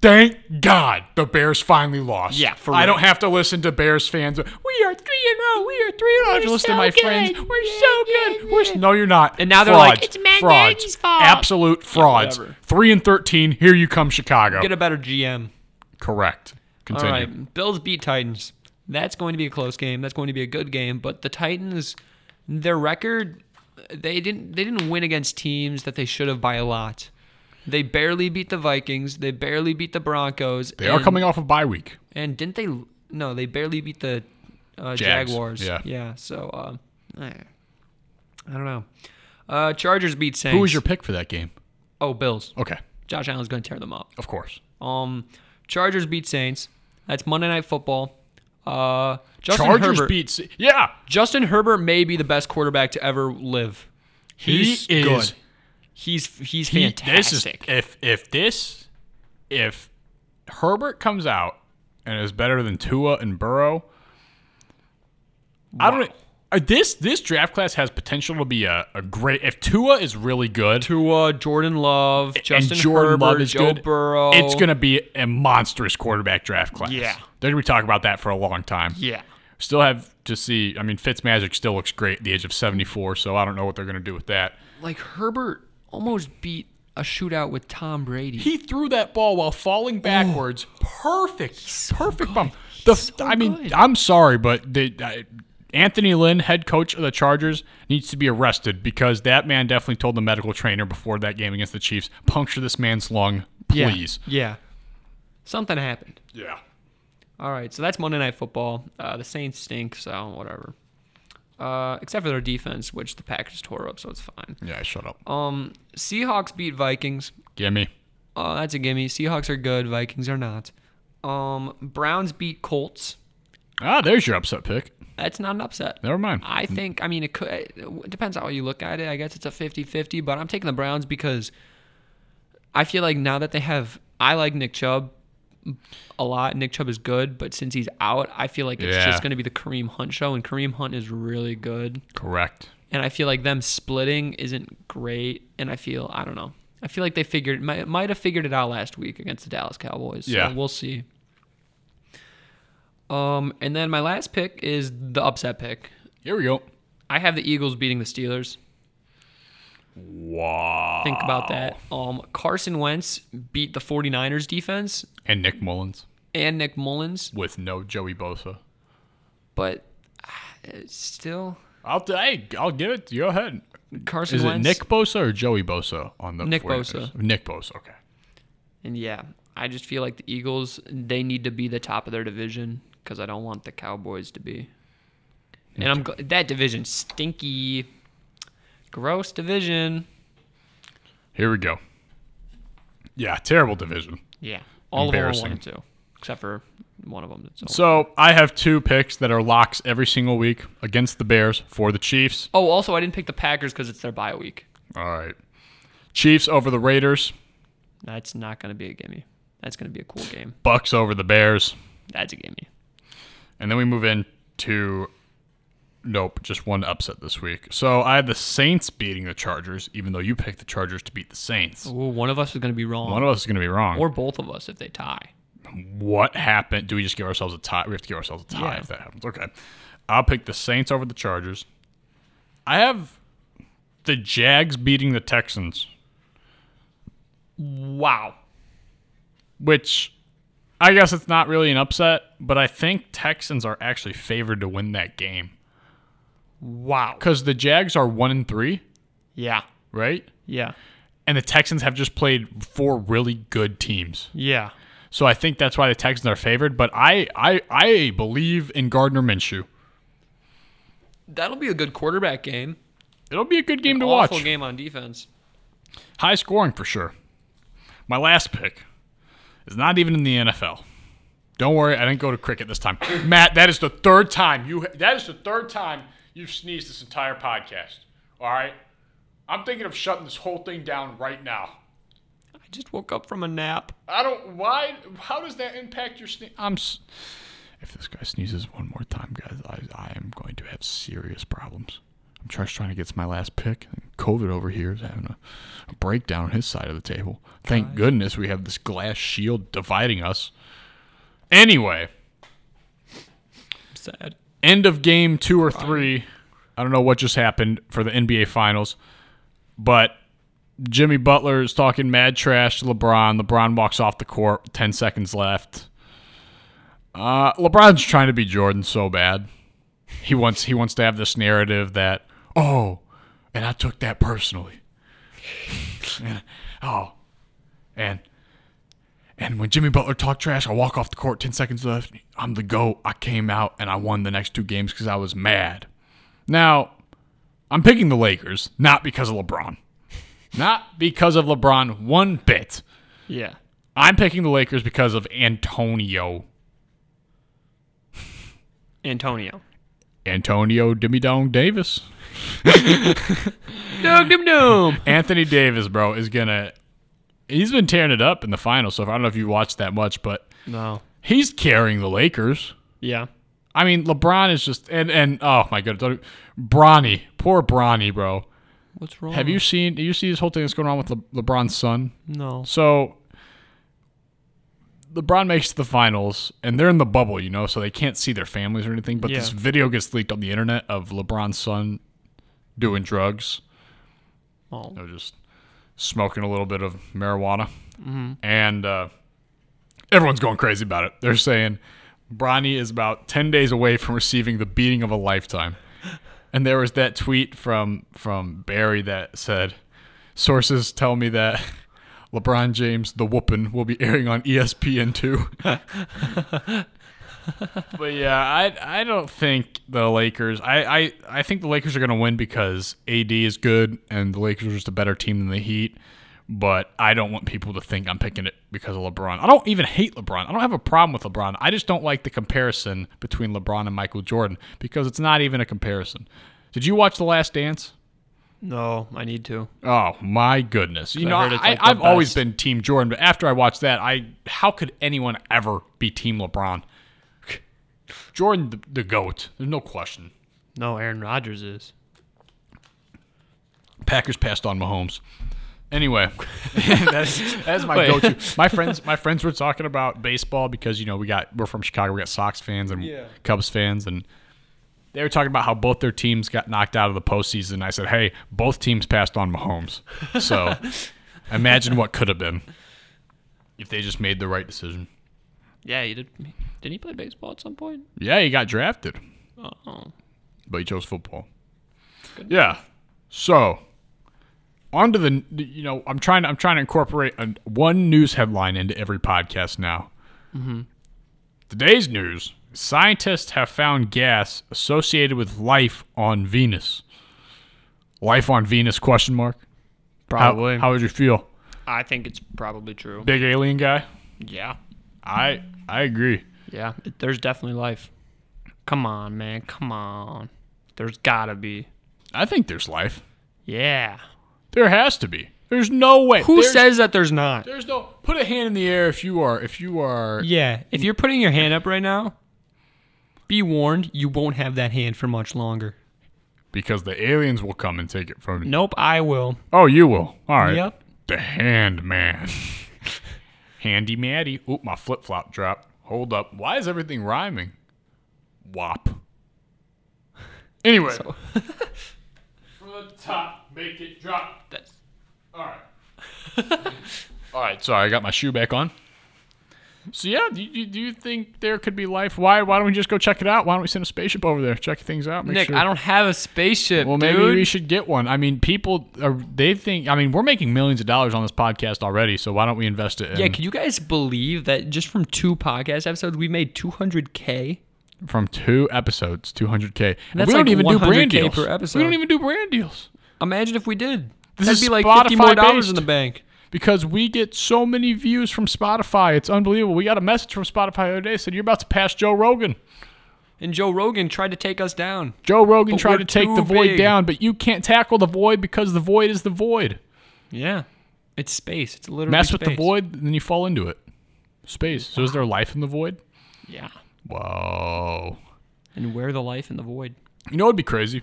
Speaker 3: thank God the Bears finally lost.
Speaker 4: Yeah, for
Speaker 3: I
Speaker 4: real.
Speaker 3: don't have to listen to Bears fans. We are three and zero. We are three and zero. I have to listen to
Speaker 5: so
Speaker 3: my
Speaker 5: good.
Speaker 3: friends. We're so good. We're s- no, you're not.
Speaker 4: And now they're like,
Speaker 3: Frauds.
Speaker 5: "It's Matt
Speaker 3: frauds.
Speaker 5: Nagy's fault."
Speaker 3: Absolute frauds.
Speaker 4: whatever.
Speaker 3: three and thirteen. Here you come, Chicago.
Speaker 4: Get a better GM.
Speaker 3: Correct.
Speaker 4: All
Speaker 3: Continue.
Speaker 4: right. Bills beat Titans. That's going to be a close game. That's going to be a good game. But the Titans, their record, they didn't they didn't win against teams that they should have by a lot. They barely beat the Vikings. They barely beat the Broncos.
Speaker 3: They are coming off of bye week.
Speaker 4: And didn't they? No, they barely beat the uh,
Speaker 3: Jags,
Speaker 4: Jaguars.
Speaker 3: yeah.
Speaker 4: Yeah. So um, eh, I don't know. Uh, Chargers beat Saints.
Speaker 3: Who was your pick for that game?
Speaker 4: Oh, Bills.
Speaker 3: Okay,
Speaker 4: Josh Allen's going to tear them up.
Speaker 3: of course.
Speaker 4: Um, Chargers beat Saints. That's Monday Night Football. Uh, Justin
Speaker 3: Chargers
Speaker 4: Herbert.
Speaker 3: beats. Yeah,
Speaker 4: Justin Herbert may be the best quarterback to ever live. He's
Speaker 3: he is.
Speaker 4: good. He's he's
Speaker 3: he- this is
Speaker 4: fantastic.
Speaker 3: if if this if Herbert comes out and is better than Tua and Burrow. I don't. uh, This this draft class has potential to be a, a great. If Tua is really good,
Speaker 4: Tua, Jordan Love, Justin
Speaker 3: and Jordan
Speaker 4: Herbert,
Speaker 3: Love is
Speaker 4: Joe
Speaker 3: good,
Speaker 4: Burrow.
Speaker 3: it's gonna be a monstrous quarterback draft class.
Speaker 4: Yeah.
Speaker 3: they're gonna be talking about that for a long time.
Speaker 4: yeah.
Speaker 3: Still have to see. I mean, Fitzmagic still looks great at the age of 74, so I don't know what they're going to do with that.
Speaker 4: Like Herbert almost beat a shootout with Tom Brady.
Speaker 3: He threw that ball while falling backwards. Perfect. perfect bump. The, I mean,
Speaker 4: good.
Speaker 3: I'm sorry, but the, uh, Anthony Lynn, head coach of the Chargers, needs to be arrested because that man definitely told the medical trainer before that game against the Chiefs, puncture this man's lung,
Speaker 4: Yeah.
Speaker 3: please.
Speaker 4: Yeah. Something happened.
Speaker 3: Yeah.
Speaker 4: All right, so that's Monday Night Football. Uh, the Saints stink, so whatever. Uh, except for their defense, which the Packers tore up, so it's fine.
Speaker 3: Yeah, shut up.
Speaker 4: Um, Seahawks beat Vikings.
Speaker 3: Gimme.
Speaker 4: Oh, that's a gimme. Seahawks are good. Vikings are not. Um, Browns beat Colts.
Speaker 3: Ah, there's your upset pick.
Speaker 4: That's not an upset.
Speaker 3: Never mind.
Speaker 4: I think, I mean, it could, it depends how you look at it. I guess it's a 50 50, but I'm taking the Browns because I feel like now that they have, I like Nick Chubb a lot. Nick Chubb is good, but since he's out, I feel like it's
Speaker 3: Yeah.
Speaker 4: just going to be the Kareem Hunt show, and Kareem Hunt is really good.
Speaker 3: Correct.
Speaker 4: And I feel like them splitting isn't great. And I feel, I don't know. I feel like they figured, might, might have figured it out last week against the Dallas Cowboys. So
Speaker 3: Yeah.
Speaker 4: we'll see. Um, and then my last pick is the upset pick.
Speaker 3: Here we go.
Speaker 4: I have the Eagles beating the Steelers.
Speaker 3: Wow.
Speaker 4: Think about that.
Speaker 3: Oh.
Speaker 4: Um, Carson Wentz beat the 49ers defense
Speaker 3: And Nick Mullins
Speaker 4: and Nick Mullins,
Speaker 3: with no Joey Bosa.
Speaker 4: but ah, it's still
Speaker 3: I'll t- hey, I'll give it. Go ahead.
Speaker 4: Carson
Speaker 3: Is it
Speaker 4: Wentz.
Speaker 3: Nick Bosa or Joey Bosa on the
Speaker 4: Nick
Speaker 3: 49ers? Nick Bosa. Okay.
Speaker 4: And yeah, I just feel like the Eagles they need to be the top of their division because I don't want the Cowboys to be. And I'm gl- that division stinky, gross division.
Speaker 3: Here we go. Yeah, terrible division.
Speaker 4: Yeah, all of them are one
Speaker 3: Embarrassing.
Speaker 4: and two, except for one of them. That's all.
Speaker 3: So I have two picks that are locks every single week against the Bears for the Chiefs.
Speaker 4: Oh, also I didn't pick the Packers because it's their bye week.
Speaker 3: All right. Chiefs over the Raiders,
Speaker 4: That's not going to be a gimme. That's going to be a cool game.
Speaker 3: Bucks over the Bears.
Speaker 4: That's a gimme.
Speaker 3: And then we move in to nope, just one upset this week. So I had the Saints beating the Chargers, even though you picked the Chargers to beat the Saints.
Speaker 4: Ooh, one of us is going to be wrong,
Speaker 3: One of us is going to be wrong.
Speaker 4: or both of us if they tie.
Speaker 3: what happened? Do we just give ourselves a tie? We have to give ourselves a tie
Speaker 4: Yeah.
Speaker 3: if that happens. Okay. I'll pick the Saints over the Chargers. I have the Jags beating the Texans,
Speaker 4: Wow.
Speaker 3: which I guess it's not really an upset, but I think Texans are actually favored to win that game
Speaker 4: Wow.
Speaker 3: because the Jags are one and three,
Speaker 4: Yeah.
Speaker 3: right?
Speaker 4: Yeah.
Speaker 3: And the Texans have just played four really good teams.
Speaker 4: Yeah.
Speaker 3: So I think that's why the Texans are favored. But I, I, I believe in Gardner Minshew.
Speaker 4: That'll be a good quarterback game.
Speaker 3: It'll be a good game to
Speaker 4: Awful
Speaker 3: watch.
Speaker 4: game on defense.
Speaker 3: High scoring for sure. My last pick is not even in the NFL. Don't worry, I didn't go to cricket this time. Matt, that is the third time you that is the third time you've sneezed this entire podcast. All right? I'm thinking of shutting this whole thing down right now.
Speaker 4: I just woke up from a nap.
Speaker 3: I don't why how does that impact your sneeze? I'm s- If this guy sneezes one more time, guys, I I am going to have serious problems. I'm just trying to get to my last pick. COVID over here is having a, a breakdown on his side of the table. Thank goodness we have this glass shield dividing us. Anyway,
Speaker 4: I'm sad.
Speaker 3: end of game two or three. I don't know what just happened for the NBA Finals, but Jimmy Butler is talking mad trash to LeBron. LeBron walks off the court, with 10 seconds left. Uh, LeBron's trying to be Jordan so bad. He wants he wants to have this narrative that oh, and I took that personally. and, oh, and and when Jimmy Butler talked trash, I walk off the court, 10 seconds left. I'm the GOAT. I came out and I won the next two games because I was mad. Now, I'm picking the Lakers, not because of LeBron. Not because of LeBron one bit.
Speaker 4: Yeah.
Speaker 3: I'm picking the Lakers because of Antonio.
Speaker 4: Antonio.
Speaker 3: Antonio Dimmy Dong Davis.
Speaker 4: Doom, doom, doom.
Speaker 3: Anthony Davis, bro, is going to. He's been tearing it up in the finals so far. I don't know if you watched that much, but
Speaker 4: No.
Speaker 3: he's carrying the Lakers.
Speaker 4: Yeah.
Speaker 3: I mean, LeBron is just and and oh my god, don't- Bronny, poor Bronny, bro.
Speaker 4: What's wrong?
Speaker 3: Have you seen? Do you see this whole thing that's going on with Le- LeBron's son?
Speaker 4: No.
Speaker 3: So LeBron makes the finals, and they're in the bubble, you know, so they can't see their families or anything. But this
Speaker 4: Yeah.
Speaker 3: video gets leaked on the internet of LeBron's son doing drugs,
Speaker 4: Oh.
Speaker 3: you know, just smoking a little bit of marijuana, and uh, everyone's going crazy about it. They're saying Bronny is about ten days away from receiving the beating of a lifetime. And there was that tweet from from Barry that said, "Sources tell me that LeBron James, the whoopin', will be airing on E ESPN two. but yeah, I I don't think the Lakers. I, I I think the Lakers are gonna win because AD is good and the Lakers are just a better team than the Heat. But I don't want people to think I'm picking it because of LeBron. I don't even hate LeBron. I don't have a problem with LeBron. I just don't like the comparison between LeBron and Michael Jordan because it's not even a comparison. Did you watch The Last Dance?
Speaker 4: No, I need to.
Speaker 3: Oh my goodness! You know,
Speaker 4: I
Speaker 3: I
Speaker 4: heard it's like the
Speaker 3: I, have always
Speaker 4: best.
Speaker 3: been Team Jordan, but after I watched that, I how could anyone ever be Team LeBron? Jordan, the, the goat. There's no question.
Speaker 4: No, Aaron Rodgers is.
Speaker 3: Packers passed on Mahomes. Anyway, that's, that's my go-to. My friends, my friends were talking about baseball because you know we got we're from Chicago, we got Sox fans and Cubs fans, and They were talking about how both their teams got knocked out of the postseason. I said, "Hey, both teams passed on Mahomes." So, imagine what could have been if they just made the right decision.
Speaker 4: Yeah, he did. Didn't he play baseball at some point?
Speaker 3: Yeah, he got drafted,
Speaker 4: Oh,
Speaker 3: but he chose football. Yeah. So, onto the you know, I'm trying to I'm trying to incorporate a, one news headline into every podcast now. Mm-hmm. Today's news: scientists have found gas associated with life on Venus. Life on Venus? Question mark. How-
Speaker 4: probably.
Speaker 3: how would you feel,
Speaker 4: I think it's probably true.
Speaker 3: big alien guy?
Speaker 4: Yeah,
Speaker 3: I I agree.
Speaker 4: yeah. It- There's definitely life. Come on, man. Come on. There's gotta be.
Speaker 3: I think there's life.
Speaker 4: Yeah.
Speaker 3: There has to be. There's no way.
Speaker 4: Who
Speaker 3: there's,
Speaker 4: says that there's not?
Speaker 3: There's no. Put a hand in the air if you are. If you are.
Speaker 4: Yeah. If you're putting your hand up right now, be warned, you won't have that hand for much longer.
Speaker 3: Because the aliens will come and take it from you.
Speaker 4: Nope, I will.
Speaker 3: Oh, you will. All right.
Speaker 4: Yep.
Speaker 3: The hand man. Handy Matty. Oop, my flip flop dropped. Hold up. Why is everything rhyming? Wop. Anyway. from the top, make it drop.
Speaker 4: That's
Speaker 3: All right. All right. Sorry, I got my shoe back on. So yeah, do you, do you think there could be life? Why? Why don't we just go check it out? Why don't we send a spaceship over there, check things out? Make
Speaker 4: Nick,
Speaker 3: sure.
Speaker 4: I don't have a spaceship,
Speaker 3: Well, maybe
Speaker 4: dude.
Speaker 3: we should get one. I mean, people are, they think. I mean, we're making millions of dollars on this podcast already, so why don't we invest it in
Speaker 4: yeah, can you guys believe that just from two podcast episodes we made 200k?
Speaker 3: from two episodes, two hundred k?
Speaker 4: That's
Speaker 3: we don't
Speaker 4: like
Speaker 3: even do brand
Speaker 4: 100K
Speaker 3: deals
Speaker 4: per episode.
Speaker 3: We don't even do brand deals
Speaker 4: Imagine if we did.
Speaker 3: This
Speaker 4: That'd
Speaker 3: is
Speaker 4: be like 50 more dollars
Speaker 3: Spotify-based.
Speaker 4: in the bank.
Speaker 3: because we get so many views from Spotify. It's unbelievable. We got a message from Spotify the other day said you're about to pass Joe Rogan.
Speaker 4: And Joe Rogan tried to take us down.
Speaker 3: Joe Rogan
Speaker 4: But
Speaker 3: tried
Speaker 4: we're
Speaker 3: to take the
Speaker 4: too
Speaker 3: void
Speaker 4: big.
Speaker 3: down, but you can't tackle the void because the void is the void.
Speaker 4: Yeah. It's space. It's literally
Speaker 3: Mess with the
Speaker 4: space.
Speaker 3: void, and then you fall into it. Space. So is there life in the void?
Speaker 4: Yeah.
Speaker 3: Whoa.
Speaker 4: And where the life in the void.
Speaker 3: You know, it'd be crazy.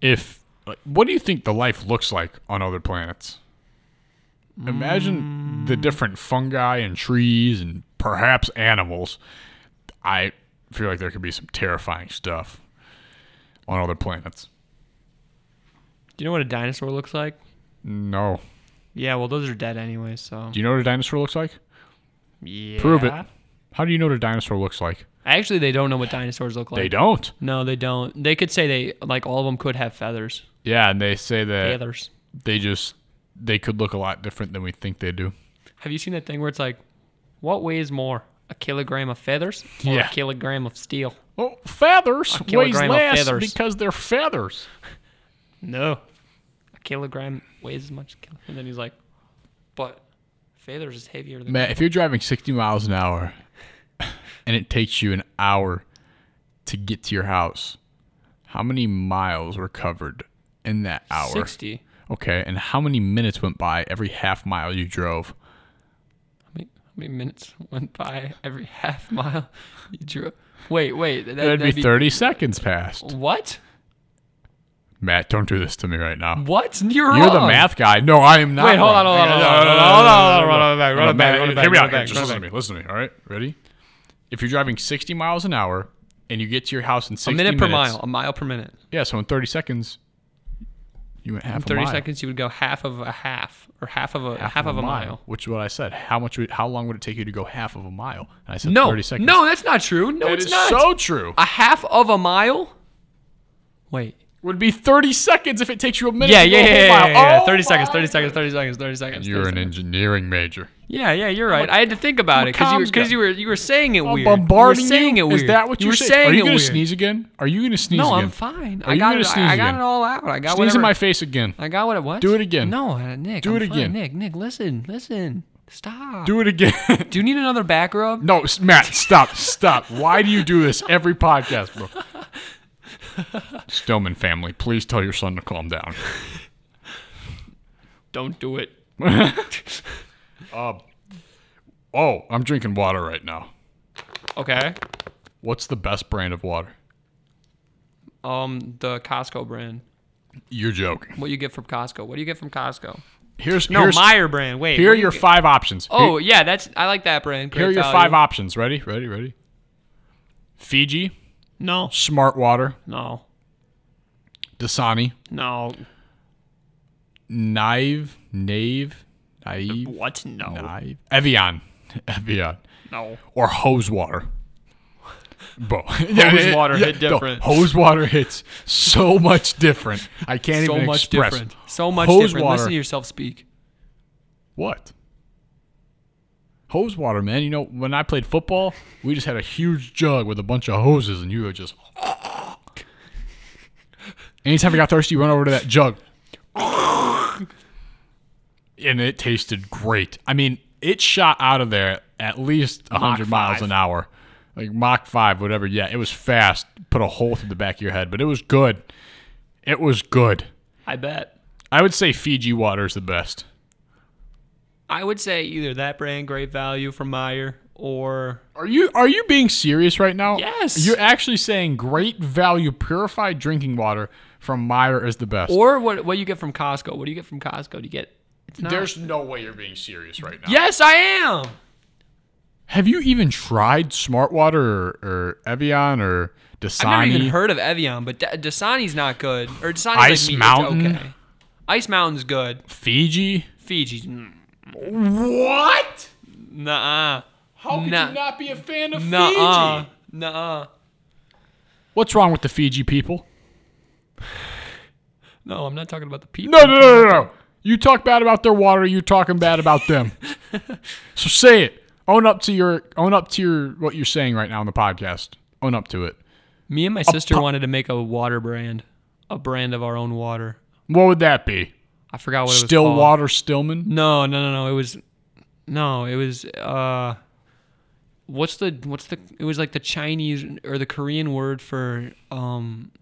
Speaker 3: If like, what do you think the life looks like on other planets? Imagine
Speaker 4: Mm.
Speaker 3: the different fungi and trees and perhaps animals. I feel like there could be some terrifying stuff on other planets.
Speaker 4: Do you know what a dinosaur looks like?
Speaker 3: No.
Speaker 4: Yeah, well those are dead anyway, so.
Speaker 3: Do you know what a dinosaur looks like?
Speaker 4: Yeah.
Speaker 3: Prove it. How do you know what a dinosaur looks like?
Speaker 4: Actually, they don't know what dinosaurs look like.
Speaker 3: They don't.
Speaker 4: No, they don't. They could say they like all of them could have feathers.
Speaker 3: Yeah, and they say that
Speaker 4: Feathers.
Speaker 3: they just they could look a lot different than we think they do.
Speaker 4: Have you seen that thing where it's like, what weighs more, a kilogram of feathers or
Speaker 3: Yeah.
Speaker 4: a kilogram of steel?
Speaker 3: Well, Oh, feathers weighs
Speaker 4: kilogram of
Speaker 3: less
Speaker 4: feathers.
Speaker 3: because they're feathers.
Speaker 4: No, a kilogram weighs as much. kil- And then he's like, but feathers is heavier than.
Speaker 3: Matt, if you're driving 60 miles an hour and it takes you an hour to get to your house, how many miles were covered in that hour?
Speaker 4: Sixty.
Speaker 3: Okay, and how many minutes went by every half mile you drove?
Speaker 4: How many, how many minutes went by every half mile? You drew. Wait, wait. That,
Speaker 3: It'd be
Speaker 4: that'd
Speaker 3: 30 seconds passed.
Speaker 4: What?
Speaker 3: Matt, don't do this to me right now.
Speaker 4: What? You're,
Speaker 3: You're the
Speaker 4: wrong.
Speaker 3: math guy. No, I am not.
Speaker 4: Wait, hold on,
Speaker 3: wrong.
Speaker 4: hold on, hold
Speaker 3: No,
Speaker 4: on,
Speaker 3: no, no,
Speaker 4: hold
Speaker 3: no, no,
Speaker 4: on, hold on,
Speaker 3: no,
Speaker 4: hold
Speaker 3: no,
Speaker 4: on,
Speaker 3: no,
Speaker 4: run it back,
Speaker 3: no,
Speaker 4: run
Speaker 3: no,
Speaker 4: it back,
Speaker 3: Hear me
Speaker 4: run
Speaker 3: out.
Speaker 4: it
Speaker 3: here.
Speaker 4: back,
Speaker 3: Just
Speaker 4: run it
Speaker 3: listen to me. Listen to me. All right, ready? If you're driving 60 miles an hour and you get to your house in 60
Speaker 4: A minute
Speaker 3: minutes,
Speaker 4: per mile. A mile per minute.
Speaker 3: Yeah, so in 30 seconds, you went half
Speaker 4: In
Speaker 3: a
Speaker 4: 30
Speaker 3: mile.
Speaker 4: seconds you would go half of a half or half of a half, of a mile.
Speaker 3: which is what I said. How much? Would, how long would it take you to go half of a mile? And I said
Speaker 4: No.
Speaker 3: 30 seconds.
Speaker 4: No, that's not true. No,
Speaker 3: That
Speaker 4: it's
Speaker 3: is
Speaker 4: not.
Speaker 3: so true.
Speaker 4: a half of a mile? Wait.
Speaker 3: would be 30 seconds if it takes you a minute.
Speaker 4: Yeah,
Speaker 3: to
Speaker 4: yeah,
Speaker 3: go
Speaker 4: yeah,
Speaker 3: a whole
Speaker 4: yeah,
Speaker 3: mile.
Speaker 4: yeah, yeah.
Speaker 3: Oh
Speaker 4: 30 seconds,
Speaker 3: my
Speaker 4: 30 seconds, 30 seconds, 30 seconds.
Speaker 3: You're
Speaker 4: 30
Speaker 3: an
Speaker 4: seconds.
Speaker 3: engineering major.
Speaker 4: Yeah, yeah, you're right. I had to think about it because you, were-
Speaker 3: comms
Speaker 4: 'cause
Speaker 3: guy.
Speaker 4: you were you were saying it weird.
Speaker 3: I'm bombarding
Speaker 4: you were saying it weird.
Speaker 3: Is that what
Speaker 4: you
Speaker 3: you
Speaker 4: were
Speaker 3: saying?
Speaker 4: saying?
Speaker 3: Are you
Speaker 4: it
Speaker 3: gonna
Speaker 4: weird.
Speaker 3: sneeze again? Are you gonna sneeze
Speaker 4: No,
Speaker 3: again?
Speaker 4: I'm fine.
Speaker 3: Are
Speaker 4: I
Speaker 3: you
Speaker 4: got
Speaker 3: gonna
Speaker 4: it.
Speaker 3: sneeze
Speaker 4: I got
Speaker 3: again?
Speaker 4: it all out. I got
Speaker 3: Sneeze in
Speaker 4: whatever-
Speaker 3: my face again.
Speaker 4: I got what it was.
Speaker 3: Do it again.
Speaker 4: No, uh, Nick.
Speaker 3: Do
Speaker 4: I'm
Speaker 3: it
Speaker 4: fine.
Speaker 3: again.
Speaker 4: Nick, Nick, listen, listen. Stop.
Speaker 3: Do it again.
Speaker 4: Do you need another back rub?
Speaker 3: no, s- Matt, stop, stop. Why do you do this every podcast, bro? Stillman family, please tell your son to calm down.
Speaker 4: Don't do it.
Speaker 3: Uh, Oh, I'm drinking water right now.
Speaker 4: Okay.
Speaker 3: What's the best brand of water?
Speaker 4: Um, the Costco brand.
Speaker 3: You're joking.
Speaker 4: What you get from Costco? What do you get from Costco?
Speaker 3: Here's
Speaker 4: No,
Speaker 3: here's,
Speaker 4: Meyer brand. Wait.
Speaker 3: here
Speaker 4: what
Speaker 3: are
Speaker 4: do you
Speaker 3: your
Speaker 4: get?
Speaker 3: five options.
Speaker 4: Oh yeah, that's I like that brand.
Speaker 3: here, here are
Speaker 4: Great
Speaker 3: your
Speaker 4: value.
Speaker 3: five options. Ready, ready, ready. Fiji,
Speaker 4: No.
Speaker 3: Smart Water,
Speaker 4: No.
Speaker 3: Dasani,
Speaker 4: No.
Speaker 3: Knive, Nave, Naive,
Speaker 4: What? No.
Speaker 3: Naive, Evian, Evian,
Speaker 4: No.
Speaker 3: or Hose Water. Bro,
Speaker 4: Hose water hit different.
Speaker 3: hose water hits so much different. I can't
Speaker 4: so
Speaker 3: even
Speaker 4: much
Speaker 3: express
Speaker 4: different. So much
Speaker 3: Hose
Speaker 4: different.
Speaker 3: water.
Speaker 4: Listen to yourself speak.
Speaker 3: What? Hose water, man. You know, when I played football, we just had a huge jug with a bunch of hoses, and you would just. Anytime I got thirsty, you run over to that jug. and it tasted great. I mean, it shot out of there at least 100 miles an hour. Like Mach 5, whatever. Yeah, it was fast. Put a hole through the back of your head, but it was good. It was good.
Speaker 4: I bet.
Speaker 3: I would say Fiji water is the best.
Speaker 4: I would say either that brand, Great Value from Meyer, or
Speaker 3: Are you are you being serious right now?
Speaker 4: Yes.
Speaker 3: You're actually saying great value purified drinking water from Meyer is the best.
Speaker 4: or what? What you get from Costco? What do you get from Costco? Do you get? It's not.
Speaker 3: There's no way you're being serious right now.
Speaker 4: yes, I am.
Speaker 3: Have you even tried Smart Water or, or Evian or Dasani?
Speaker 4: I've never even heard of Evian, but Da- Dasani's not good. Or Dasani's
Speaker 3: Ice
Speaker 4: like me,
Speaker 3: Mountain?
Speaker 4: It's okay. Ice Mountain's good.
Speaker 3: Fiji.
Speaker 4: Fiji's mm,
Speaker 3: What?
Speaker 4: nuh-uh.
Speaker 3: How could
Speaker 4: Nuh-
Speaker 3: you not be a fan of
Speaker 4: Nuh-uh.
Speaker 3: Fiji?
Speaker 4: Nuh-uh.
Speaker 3: What's wrong with the Fiji people?
Speaker 4: No, I'm not talking about the people.
Speaker 3: No, no, no, no, no. You talk bad about their water, you talking bad about them. so say it. Own up to your own up to your what you're saying right now on the podcast. Own up to it.
Speaker 4: Me and my sister wanted to make a water brand, a brand of our own water.
Speaker 3: What would that be?
Speaker 4: I forgot what it was called.
Speaker 3: Stillwater Stillman?
Speaker 4: No, no, no, no. It was no, it was uh what's the what's the it was like the Chinese or the Korean word for um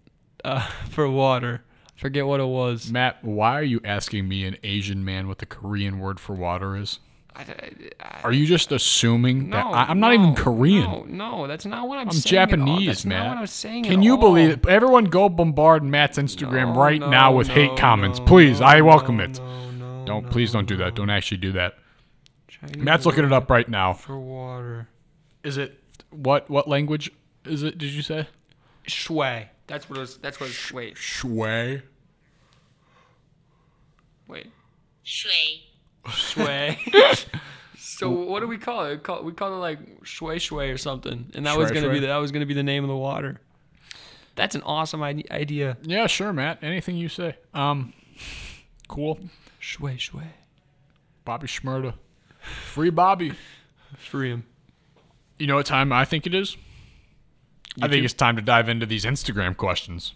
Speaker 4: uh for water. I forget what it was.
Speaker 3: Matt, why are you asking me an Asian man what the Korean word for water is? Are you just assuming that
Speaker 4: No,
Speaker 3: I, I'm not
Speaker 4: no,
Speaker 3: even Korean?
Speaker 4: No, no, that's not what I'm,
Speaker 3: I'm
Speaker 4: saying at all.
Speaker 3: Japanese,
Speaker 4: That's
Speaker 3: man.
Speaker 4: Not what I'm saying
Speaker 3: Can
Speaker 4: at
Speaker 3: you
Speaker 4: all.
Speaker 3: believe it? Everyone go bombard Matt's Instagram
Speaker 4: No,
Speaker 3: right
Speaker 4: no,
Speaker 3: now with
Speaker 4: no,
Speaker 3: hate comments.
Speaker 4: no,
Speaker 3: please,
Speaker 4: no,
Speaker 3: I welcome
Speaker 4: no,
Speaker 3: it.
Speaker 4: No, no,
Speaker 3: don't
Speaker 4: no.
Speaker 3: please don't do that. Don't actually do that.
Speaker 4: Chinese
Speaker 3: Matt's looking it
Speaker 4: word
Speaker 3: up right now.
Speaker 4: for water.
Speaker 3: Is it what what language is it did you say?
Speaker 4: Shui. That's what it was that's what it was. Wait.
Speaker 3: Shui.
Speaker 4: Wait.
Speaker 5: 水
Speaker 4: Shui. so what do we call it? Call, we call it like shui shui or something, and that was
Speaker 3: Shui
Speaker 4: gonna
Speaker 3: shui?
Speaker 4: be the, that was gonna be the name of the water. That's an awesome ide- idea.
Speaker 3: Yeah, sure, Matt. Anything you say. Um cool.
Speaker 4: Shui shui.
Speaker 3: Bobby Schmurda. Free Bobby.
Speaker 4: Free him.
Speaker 3: You know what time I think it is? I think it's time to dive into these Instagram questions.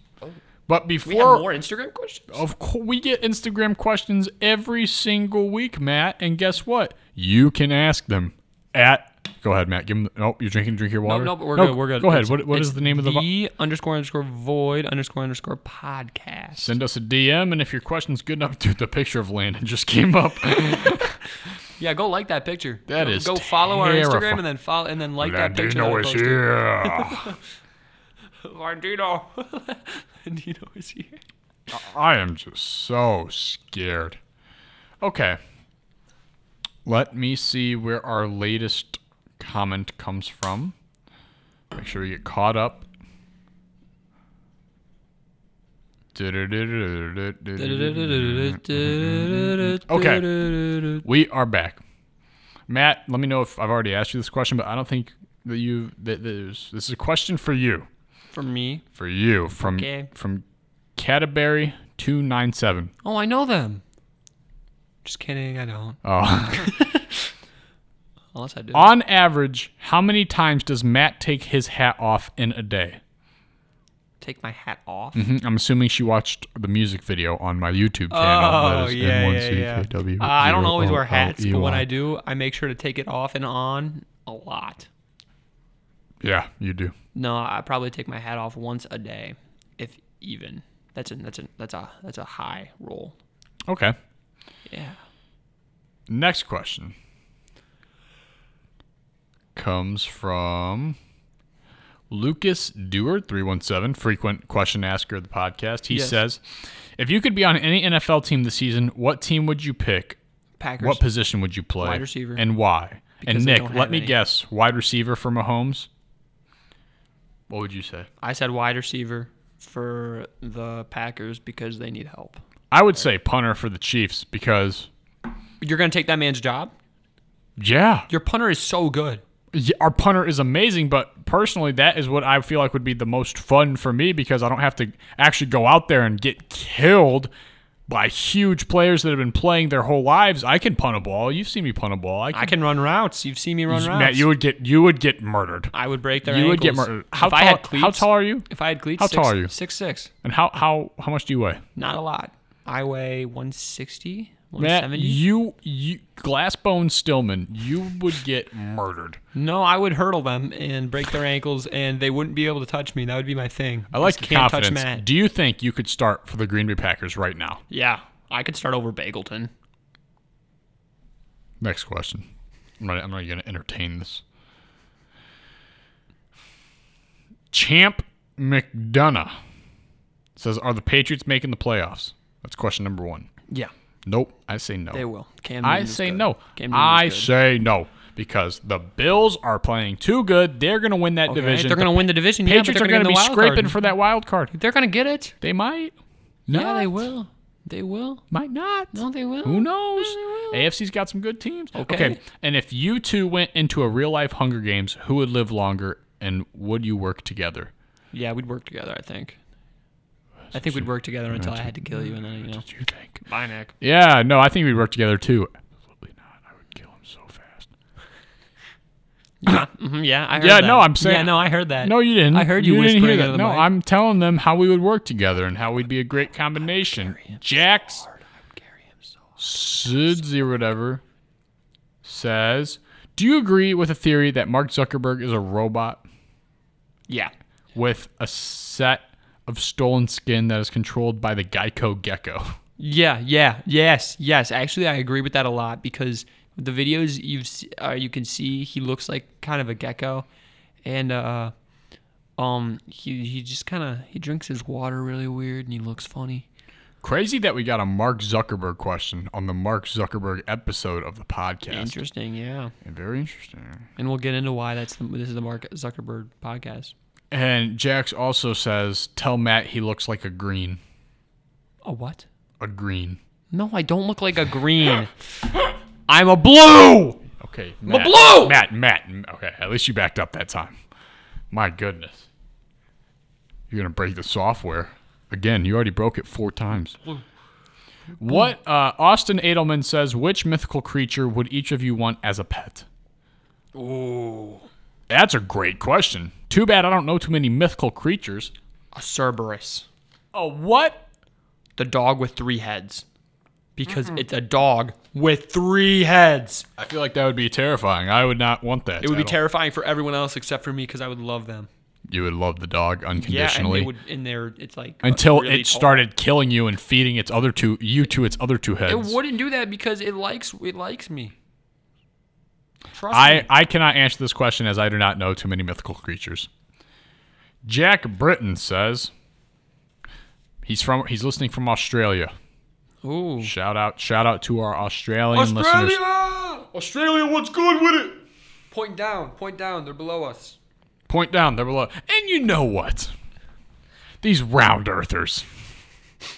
Speaker 3: But
Speaker 4: We have
Speaker 3: before,
Speaker 4: more Instagram questions.
Speaker 3: of course, we get Instagram questions every single week, Matt. And guess what? You can ask them at. Go ahead, Matt. Give them. Nope, you're drinking. Drink your
Speaker 4: No,
Speaker 3: water.
Speaker 4: Oh, no, but we're good. We're good.
Speaker 3: Go ahead.
Speaker 4: It's-
Speaker 3: What, what
Speaker 4: it's
Speaker 3: is the name of the? vo-
Speaker 4: The underscore underscore void underscore underscore podcast.
Speaker 3: Send us a DM, and if your question's good enough, dude, the picture of Landon just came up.
Speaker 4: Yeah, go like that picture.
Speaker 3: That
Speaker 4: go,
Speaker 3: is
Speaker 4: Go follow our
Speaker 3: terrifying.
Speaker 4: Instagram and then follow and then like that picture.
Speaker 3: Landino is here.
Speaker 4: Landino. Landino is here.
Speaker 3: I am just so scared. Okay. Let me see where our latest comment comes from. Make sure we get caught up. Okay. We are back. Matt, let me know if I've already asked you this question, but I don't think that you that there's this is a question for you
Speaker 4: For me.
Speaker 3: for you from
Speaker 4: Okay.
Speaker 3: from Canterbury two nine seven.
Speaker 4: Oh, I know them. Just kidding, I don't.
Speaker 3: Oh.
Speaker 4: Unless I do.
Speaker 3: On average, how many times does Matt take his hat off in a day?
Speaker 4: Take my hat off.
Speaker 3: Mhm, I'm assuming she watched the music video on my YouTube channel.
Speaker 4: Oh yeah, yeah, yeah. Uh, I don't always
Speaker 3: Oh, E
Speaker 4: wear hats, but when I do, I make sure to take it off and on a lot.
Speaker 3: yeah, you do.
Speaker 4: No, I probably take my hat off once a day, if even. That's a that's a that's a that's a high roll.
Speaker 3: Okay.
Speaker 4: Yeah.
Speaker 3: Next question comes from Lucas Dewar, 317, frequent question asker of the podcast. He
Speaker 4: Yes.
Speaker 3: says, If you could be on any NFL team this season, what team would you pick?
Speaker 4: Packers.
Speaker 3: What position would you play?
Speaker 4: Wide receiver.
Speaker 3: And why?
Speaker 4: Because
Speaker 3: and
Speaker 4: they
Speaker 3: Nick,
Speaker 4: don't
Speaker 3: let
Speaker 4: have
Speaker 3: me
Speaker 4: any.
Speaker 3: guess wide receiver for Mahomes? What would you say?
Speaker 4: I said wide receiver for the Packers because they need help.
Speaker 3: I would say punter for the Chiefs because
Speaker 4: You're going to take that man's job?
Speaker 3: yeah,
Speaker 4: Your punter is so good.
Speaker 3: y- our punter is amazing. But personally, that is what I feel like would be the most fun for me because I don't have to actually go out there and get killed by huge players that have been playing their whole lives. I can punt a ball. You've seen me punt a ball. I can.
Speaker 4: I can run routes. You've seen me run routes.
Speaker 3: Matt, you would get you would get murdered.
Speaker 4: I would break their
Speaker 3: You would get
Speaker 4: ankles.
Speaker 3: murdered. How
Speaker 4: if
Speaker 3: tall?
Speaker 4: I had cleats,
Speaker 3: how tall are you?
Speaker 4: If I had cleats,
Speaker 3: How
Speaker 4: six,
Speaker 3: tall are you?
Speaker 4: Six six.
Speaker 3: And how how how much do you weigh?
Speaker 4: Not a lot. I weigh 160,
Speaker 3: Matt,
Speaker 4: 170.
Speaker 3: you you Glassbone Stillman, you would get murdered.
Speaker 4: No, I would hurdle them and break their ankles, and they wouldn't be able to touch me. That would be my thing.
Speaker 3: I like
Speaker 4: Just
Speaker 3: your
Speaker 4: can't
Speaker 3: confidence.
Speaker 4: touch Matt.
Speaker 3: Do you think you could start for the Green Bay Packers right now?
Speaker 4: yeah, I could start over Bagleton.
Speaker 3: Next question. I'm not, I'm not going to entertain this. Champ McDonough says, "Are the Patriots making the playoffs?" That's question number one.
Speaker 4: Yeah,
Speaker 3: Nope, I say no.
Speaker 4: they will. Cam
Speaker 3: Oh. I
Speaker 4: Newton is
Speaker 3: say
Speaker 4: good.
Speaker 3: no.
Speaker 4: Cam Newton
Speaker 3: I
Speaker 4: is good.
Speaker 3: say no because the Bills are playing too good. They're going to win that
Speaker 4: Okay,
Speaker 3: division.
Speaker 4: They're going to win the division.
Speaker 3: The Patriots
Speaker 4: yeah,
Speaker 3: are
Speaker 4: going to
Speaker 3: be scraping for that wild card.
Speaker 4: They're going to get it.
Speaker 3: They might.
Speaker 4: Yeah,
Speaker 3: not.
Speaker 4: they will. They will.
Speaker 3: Might not.
Speaker 4: No, they will.
Speaker 3: Who knows? AFC's got some good teams.
Speaker 4: Okay.
Speaker 3: And if you two went into a real life Hunger Games, who would live longer and would you work together?
Speaker 4: Yeah, we'd work together. I think. I think we'd work together until I had to kill you, and then you know.
Speaker 3: What do you think?
Speaker 4: Bye, Nick.
Speaker 3: Yeah, no, I think we'd work together too. Absolutely not. I would kill him so fast.
Speaker 4: Mhm, yeah, I heard
Speaker 3: Yeah,
Speaker 4: that.
Speaker 3: no, I'm saying-
Speaker 4: Yeah, no, I heard that.
Speaker 3: No, you didn't.
Speaker 4: I heard you,
Speaker 3: didn't
Speaker 4: whispering
Speaker 3: hear
Speaker 4: into
Speaker 3: that.
Speaker 4: the
Speaker 3: No,
Speaker 4: mic.
Speaker 3: I'm telling them how we would work together and how we'd be a great combination. Jax
Speaker 4: Gary, I'm so-
Speaker 3: Sidzi or whatever says, "Do you agree with the theory that Mark Zuckerberg is a robot
Speaker 4: Yeah.
Speaker 3: with a set of stolen skin that is controlled by the Geico gecko?"
Speaker 4: Yeah, yeah, yes, yes. Actually, I agree with that a lot because the videos you've s- uh, you can see he looks like kind of a gecko, and uh, um, he he just kind of he drinks his water really weird and he looks funny.
Speaker 3: Crazy that we got a Mark Zuckerberg question on the Mark Zuckerberg episode of the podcast.
Speaker 4: Interesting, yeah.
Speaker 3: Very interesting.
Speaker 4: And we'll get into why that's the, this is the Mark Zuckerberg podcast.
Speaker 3: And Jax also says, "Tell Matt he looks like a green,
Speaker 4: A what?
Speaker 3: a green."
Speaker 4: No, I don't look like a green. I'm a blue.
Speaker 3: Okay, Matt,
Speaker 4: blue!
Speaker 3: Matt, Matt. m- Okay, at least you backed up that time. My goodness, you're gonna break the software again. You already broke it four times. What uh, Austin Edelman says? Which mythical creature would each of you want as a pet? Ooh, that's a great question. Too bad I don't know too many mythical creatures.
Speaker 4: A Cerberus.
Speaker 3: Oh, what?
Speaker 4: the dog with three heads because it's a dog with three heads.
Speaker 3: I feel like that would be terrifying. I would not want that.
Speaker 4: It would be
Speaker 3: at all.
Speaker 4: terrifying for everyone else except for me because I would love them.
Speaker 3: You would love the dog
Speaker 4: Yeah, and
Speaker 3: unconditionally.
Speaker 4: they would in there. It's like
Speaker 3: until
Speaker 4: really
Speaker 3: it
Speaker 4: tall.
Speaker 3: started killing you and feeding its other two you to its other two
Speaker 4: It
Speaker 3: heads.
Speaker 4: wouldn't do that because it likes it likes me. Trust
Speaker 3: I
Speaker 4: me.
Speaker 3: I cannot answer this question as I do not know too many mythical creatures. Jack Britton says he's from he's listening from Australia.
Speaker 4: Ooh,
Speaker 3: Shout out shout out to our Australian listeners. Australia, what's good with it?
Speaker 4: Point down, point down. They're below us.
Speaker 3: Point down, they're below. And you know what? These round earthers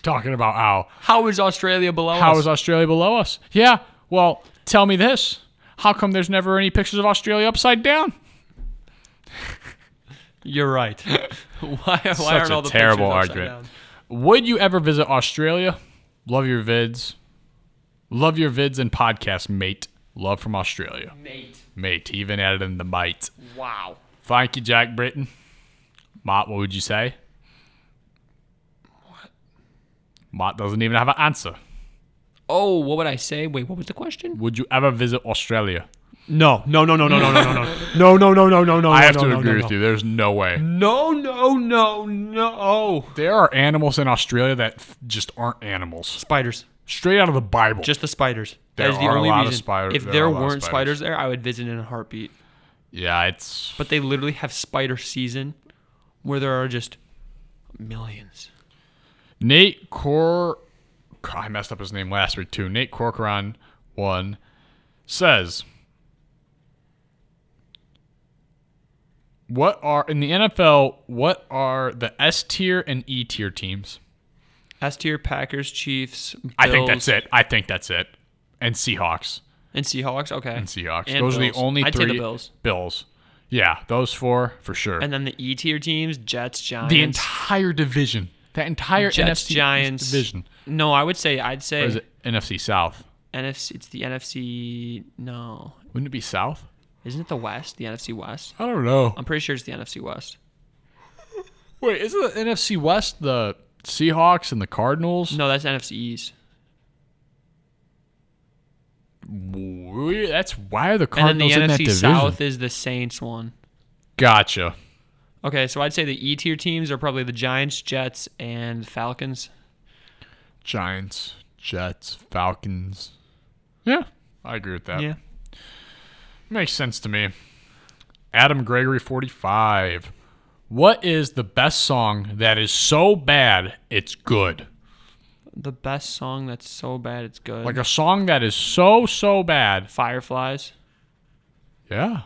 Speaker 3: talking about how
Speaker 4: How is Australia below us?
Speaker 3: How is Australia below us? Yeah. Well, tell me this. How come there's never any pictures of Australia upside down?
Speaker 4: You're right. why why
Speaker 3: Such
Speaker 4: aren't
Speaker 3: a
Speaker 4: all the
Speaker 3: terrible
Speaker 4: pictures upside
Speaker 3: argument.
Speaker 4: down?
Speaker 3: Would you ever visit Australia? Love your vids. Love your vids and podcast, mate. Love from Australia.
Speaker 4: Mate,
Speaker 3: Mate, he even added in the mate.
Speaker 4: wow.
Speaker 3: Thank you, Jack Britton. Mott, what would you say? Mott doesn't even have an answer.
Speaker 4: Oh, what would I say? Wait, what was the question?
Speaker 3: Would you ever visit Australia?
Speaker 5: No, no, no, no, no, no, no, no, no, no, no, no, no, no.
Speaker 3: I have
Speaker 5: no,
Speaker 3: to
Speaker 5: no,
Speaker 3: agree
Speaker 5: no,
Speaker 3: with
Speaker 5: no.
Speaker 3: you. There's no way.
Speaker 4: No, no, no, no.
Speaker 3: There are animals in Australia that f- just aren't animals.
Speaker 4: Spiders.
Speaker 3: Straight out of the Bible.
Speaker 4: Just the spiders.
Speaker 3: There
Speaker 4: That is the
Speaker 3: are a
Speaker 4: only
Speaker 3: lot of
Speaker 4: reason.
Speaker 3: spider-
Speaker 4: if
Speaker 3: there
Speaker 4: there,
Speaker 3: are a lot of
Speaker 4: weren't
Speaker 3: spiders.
Speaker 4: spiders. there, I would visit in a heartbeat.
Speaker 3: yeah, it's
Speaker 4: But they literally have spider season, where there are just millions.
Speaker 3: Nate Cor. I messed up his name last week too. Nate Corcoran one says, What are in the NFL? What are the S tier and E tier teams?
Speaker 4: S tier Packers, Chiefs,
Speaker 3: I think that's
Speaker 4: Bills,
Speaker 3: it. I think that's it. And Seahawks.
Speaker 4: And Seahawks. Okay.
Speaker 3: And Seahawks.
Speaker 4: And
Speaker 3: those are the
Speaker 4: Bills.
Speaker 3: only
Speaker 4: I'd
Speaker 3: three.
Speaker 4: say the Bills.
Speaker 3: Bills. Yeah, those four for sure.
Speaker 4: And then the E tier teams, Jets, Giants.
Speaker 3: the entire division. That entire
Speaker 4: Jets,
Speaker 3: NFC
Speaker 4: Giants.
Speaker 3: division.
Speaker 4: No, I would say
Speaker 3: Or
Speaker 4: I'd
Speaker 3: is
Speaker 4: say
Speaker 3: it NFC South?
Speaker 4: NFC. It's the NFC. No,
Speaker 3: Wouldn't it be South?
Speaker 4: isn't it the West? The NFC West.
Speaker 3: I don't know.
Speaker 4: I'm pretty sure it's the NFC West.
Speaker 3: Wait, isn't the NFC West the Seahawks and the Cardinals?
Speaker 4: No, that's NFC East.
Speaker 3: Weird. That's why are the
Speaker 4: And then the
Speaker 3: Cardinals in that
Speaker 4: NFC
Speaker 3: division?
Speaker 4: South is the Saints one.
Speaker 3: Gotcha.
Speaker 4: Okay, so I'd say the E tier teams are probably the Giants, Jets, and Falcons.
Speaker 3: Giants, Jets, Falcons. Yeah, I agree with that.
Speaker 4: Yeah.
Speaker 3: Makes sense to me. Adam Gregory 45. What is the best song that is so bad it's good?
Speaker 4: The best song that's so bad it's good.
Speaker 3: Like a song that is so so bad.
Speaker 4: Fireflies.
Speaker 3: Yeah.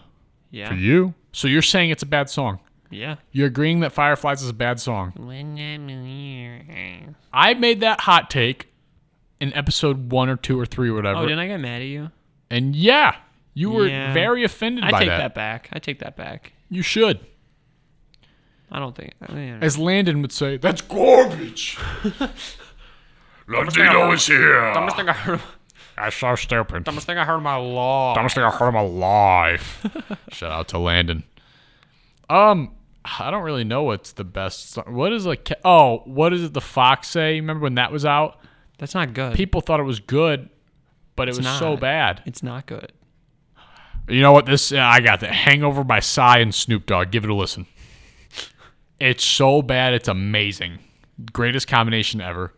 Speaker 4: Yeah.
Speaker 3: For you. So you're saying it's a bad song.
Speaker 4: Yeah.
Speaker 3: You're agreeing that Fireflies is a bad song. I made that hot take in episode one or two or three or whatever.
Speaker 4: Oh, didn't I get mad at you?
Speaker 3: and yeah, you were
Speaker 4: Yeah.
Speaker 3: very offended
Speaker 4: I
Speaker 3: by
Speaker 4: take
Speaker 3: that.
Speaker 4: that. back. I take that back.
Speaker 3: You should.
Speaker 4: I don't think. I mean,
Speaker 3: As Landon would say, that's garbage. Landino is here.
Speaker 4: dumbest thing I heard.
Speaker 3: That's so stupid.
Speaker 4: Dumbest thing I heard in my law.
Speaker 3: Dumbest thing I heard in my life. Shout out to Landon. Um, I don't really know what's the best. Song. What is like? Oh, what is it? The Fox say? Remember when that was out?
Speaker 4: That's not good.
Speaker 3: People thought it was good, but it was so
Speaker 4: not.
Speaker 3: bad.
Speaker 4: it's not good.
Speaker 3: You know what? This I got that. Hangover by Psy and Snoop Dogg. Give it a listen. It's so bad. It's amazing. Greatest combination ever.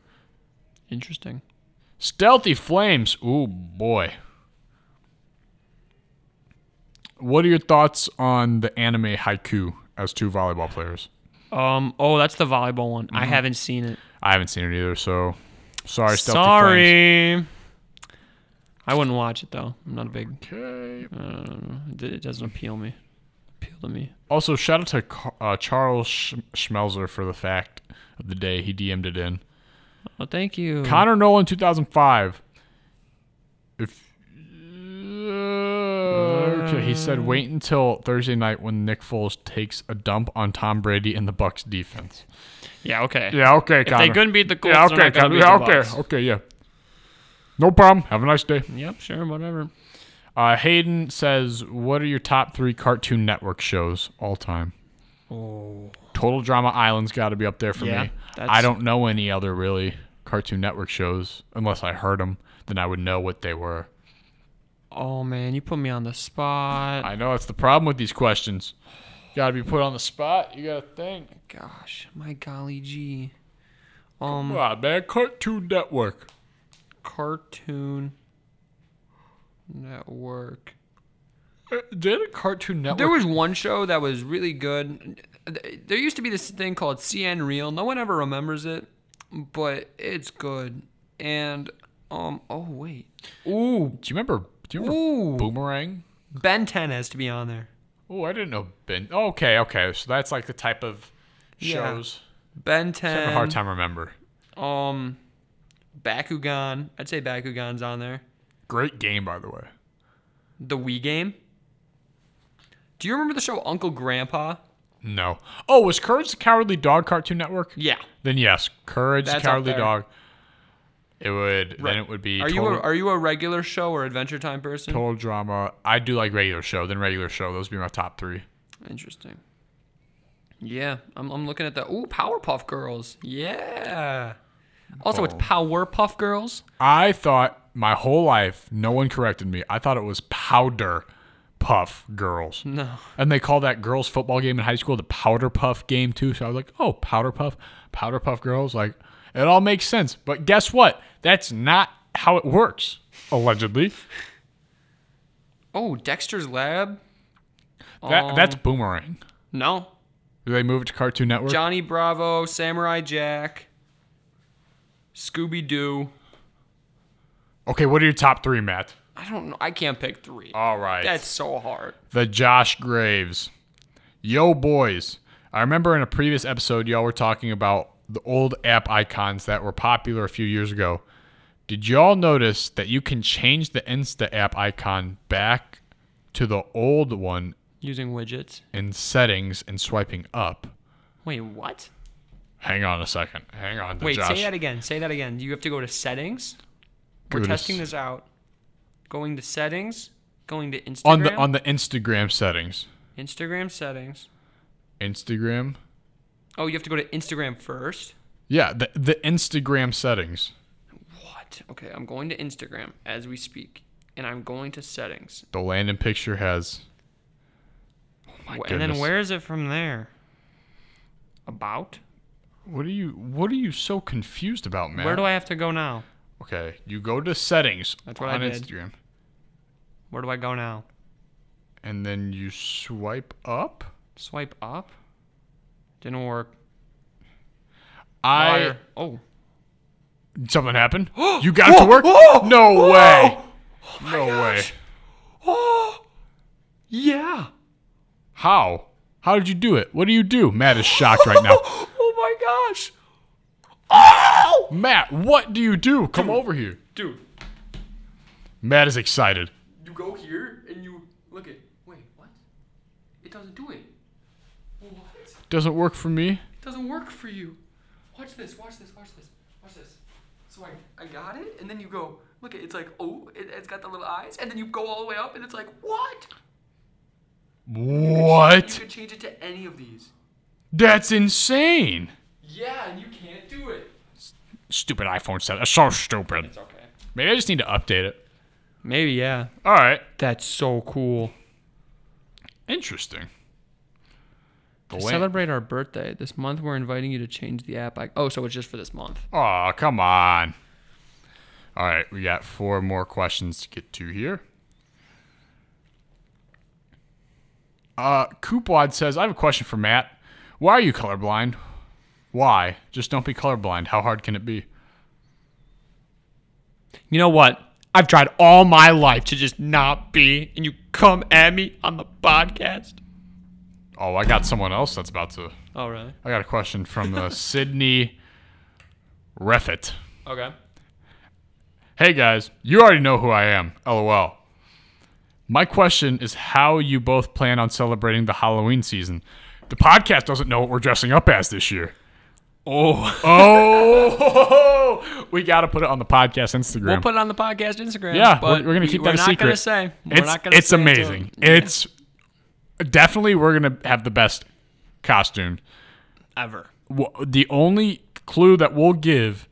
Speaker 4: Interesting.
Speaker 3: Stealthy Flames. Ooh boy. What are your thoughts on the anime Haiku as two volleyball players?
Speaker 4: Um. Oh, that's the volleyball one.
Speaker 3: Mm-hmm.
Speaker 4: I haven't seen it.
Speaker 3: I haven't seen it either, so sorry, Stealthy Flames.
Speaker 4: Sorry. I wouldn't watch it though. I'm not a big.
Speaker 3: Okay.
Speaker 4: It it doesn't appeal me. Appeal to me.
Speaker 3: Also, shout out to Car- uh, Charles Sch- Schmelzer for the fact of the day. He DM'd it in.
Speaker 4: Well, Oh, thank you.
Speaker 3: Connor Nolan, 2005. If uh, okay, he said, wait until Thursday night when Nick Foles takes a dump on Tom Brady and the Bucks defense.
Speaker 4: yeah. Okay.
Speaker 3: Yeah, okay,
Speaker 4: If
Speaker 3: Connor.
Speaker 4: they couldn't beat the Colts,
Speaker 3: yeah,
Speaker 4: they're
Speaker 3: okay,
Speaker 4: not gonna
Speaker 3: Connor.
Speaker 4: beat
Speaker 3: Yeah,
Speaker 4: the
Speaker 3: okay,
Speaker 4: Bucks.
Speaker 3: okay, yeah. No problem. Have a nice day.
Speaker 4: Yep. Sure. Whatever.
Speaker 3: Uh, Hayden says, "What are your top three Cartoon Network shows all time?" Oh. Total Drama Island's got to be up there for
Speaker 4: Yeah,
Speaker 3: me.
Speaker 4: that's-
Speaker 3: I don't know any other really Cartoon Network shows unless I heard them, then I would know what they were.
Speaker 4: Oh man, you put me on the spot.
Speaker 3: I know that's the problem with these questions. Got to be put on the spot. You got to think.
Speaker 4: Gosh. My golly gee. Um,
Speaker 3: Come on, man, Cartoon Network.
Speaker 4: Cartoon Network.
Speaker 3: Uh, Did a Cartoon Network?
Speaker 4: There was one show that was really good. There used to be this thing called CN Real. No one ever remembers it, but it's good. And um, oh wait,
Speaker 3: Ooh, do you remember? Do you remember
Speaker 4: Ooh.
Speaker 3: Boomerang?
Speaker 4: Ben 10 has to be on there.
Speaker 3: Oh, I didn't know Ben. Okay, okay. So that's like the type of
Speaker 4: Yeah.
Speaker 3: shows.
Speaker 4: Ben 10.
Speaker 3: I have a hard time remember.
Speaker 4: Um, Bakugan. I'd say Bakugan's on there.
Speaker 3: Great game, by the way.
Speaker 4: The Wii game. Do you remember the show Uncle Grandpa?
Speaker 3: No. Oh, was Courage the Cowardly Dog Cartoon Network?
Speaker 4: Yeah.
Speaker 3: Then yes, Courage the
Speaker 4: That's up
Speaker 3: Cowardly
Speaker 4: there.
Speaker 3: Dog. It would then it would be
Speaker 4: Are you
Speaker 3: total,
Speaker 4: a, are you a regular show or Adventure Time person?
Speaker 3: total drama. I do like regular show, then regular show. Those would be my top three.
Speaker 4: Interesting. Yeah, I'm, I'm looking at the ooh Powerpuff Girls. Yeah. Also,
Speaker 3: Oh.
Speaker 4: it's Powerpuff Girls.
Speaker 3: I thought my whole life, no one corrected me. I thought it was powder puff girls.
Speaker 4: No.
Speaker 3: And they call that girls football game in high school the powder puff game too. So I was like, oh, powder puff, powder puff girls. Like it all makes sense. But guess what? That's not how it works, allegedly.
Speaker 4: Oh, Dexter's Lab.
Speaker 3: That, that's boomerang.
Speaker 4: No.
Speaker 3: Do they move it to Cartoon Network?
Speaker 4: Johnny Bravo, Samurai Jack, Scooby Doo.
Speaker 3: okay, what are your top three, Matt?
Speaker 4: I don't know. I can't pick three.
Speaker 3: All right.
Speaker 4: That's so hard.
Speaker 3: the Josh Graves. Yo, boys. I remember in a previous episode, y'all were talking about the old app icons that were popular a few years ago. Did y'all notice that you can change the Insta app icon back to the old one
Speaker 4: using widgets.
Speaker 3: in settings and swiping up?
Speaker 4: Wait, what?
Speaker 3: Hang on a second. Hang on. To
Speaker 4: Wait,
Speaker 3: Uh, Josh.
Speaker 4: say that again. Say that again. You have to go to settings.
Speaker 3: Go
Speaker 4: We're
Speaker 3: to
Speaker 4: testing
Speaker 3: s-
Speaker 4: this out. Going to settings. Going to Instagram.
Speaker 3: on the on the Instagram settings.
Speaker 4: Instagram settings.
Speaker 3: Instagram.
Speaker 4: Oh, you have to go to Instagram first.
Speaker 3: Yeah, the the Instagram settings.
Speaker 4: What? Okay, I'm going to Instagram as we speak, and I'm going to settings.
Speaker 3: The landing picture has.
Speaker 4: Wh- and
Speaker 3: goodness.
Speaker 4: then where is it from there? About?
Speaker 3: What are you What are you so confused about, man?
Speaker 4: Where do I have to go now?
Speaker 3: Okay, you go to settings
Speaker 4: That's what I
Speaker 3: on
Speaker 4: did.
Speaker 3: Instagram,
Speaker 4: Where do I go now?
Speaker 3: and then you swipe up.
Speaker 4: Swipe up? Didn't work.
Speaker 3: I
Speaker 4: Liar. oh.
Speaker 3: something happened. you got it to work? no way! no way!
Speaker 4: Oh! Yeah!
Speaker 3: How? How did you do it? What do you do? Matt is shocked right now.
Speaker 4: Oh my gosh!
Speaker 3: Matt, what do you do? Come over here.
Speaker 4: Dude,
Speaker 3: Matt is excited.
Speaker 4: you go here and you look at. Wait, what? It doesn't do it. What? It
Speaker 3: Doesn't work for me.
Speaker 4: doesn't work for you. Watch this, watch this, watch this, watch this. So I, I got it, and then you go, look at it's like, oh, it, it's got the little eyes, and then you go all the way up, and it's like, what? You
Speaker 3: What?
Speaker 4: could change it to any of these.
Speaker 3: That's insane.
Speaker 4: Yeah, and you can't do it.
Speaker 3: Stupid iPhone set. That's so stupid.
Speaker 4: It's okay.
Speaker 3: Maybe I just need to update it.
Speaker 4: Maybe, yeah.
Speaker 3: All right.
Speaker 4: That's so cool.
Speaker 3: Interesting. The
Speaker 4: To
Speaker 3: lan-
Speaker 4: celebrate our birthday this month, we're inviting you to change the app. I- oh, so it's just for this month.
Speaker 3: Aw, come on. All right, we got four more questions to get to here. Uh, Coupwad says, I have a question for Matt. Why are you colorblind? Why? Just don't be colorblind. How hard can it be?
Speaker 4: You know what? I've tried all my life to just not be, and you come at me on the podcast.
Speaker 3: Oh, I got someone else that's about to.
Speaker 4: Oh, really?
Speaker 3: I got a question from uh, Sydney Reffitt.
Speaker 4: Okay.
Speaker 3: Hey guys, you already know who I am. LOL. My question is how you both plan on celebrating the Halloween season. The podcast doesn't know what we're dressing up as this year.
Speaker 4: Oh,
Speaker 3: Oh, we got to put it on the podcast Instagram.
Speaker 4: we'll put it on the podcast Instagram.
Speaker 3: yeah,
Speaker 4: but
Speaker 3: we're, we're gonna keep that
Speaker 4: we're
Speaker 3: a secret.
Speaker 4: Not gonna say. We're
Speaker 3: it's
Speaker 4: not gonna
Speaker 3: it's
Speaker 4: say until-
Speaker 3: amazing. It's definitely we're gonna have the best costume.
Speaker 4: ever.
Speaker 3: Wh- The only clue that we'll give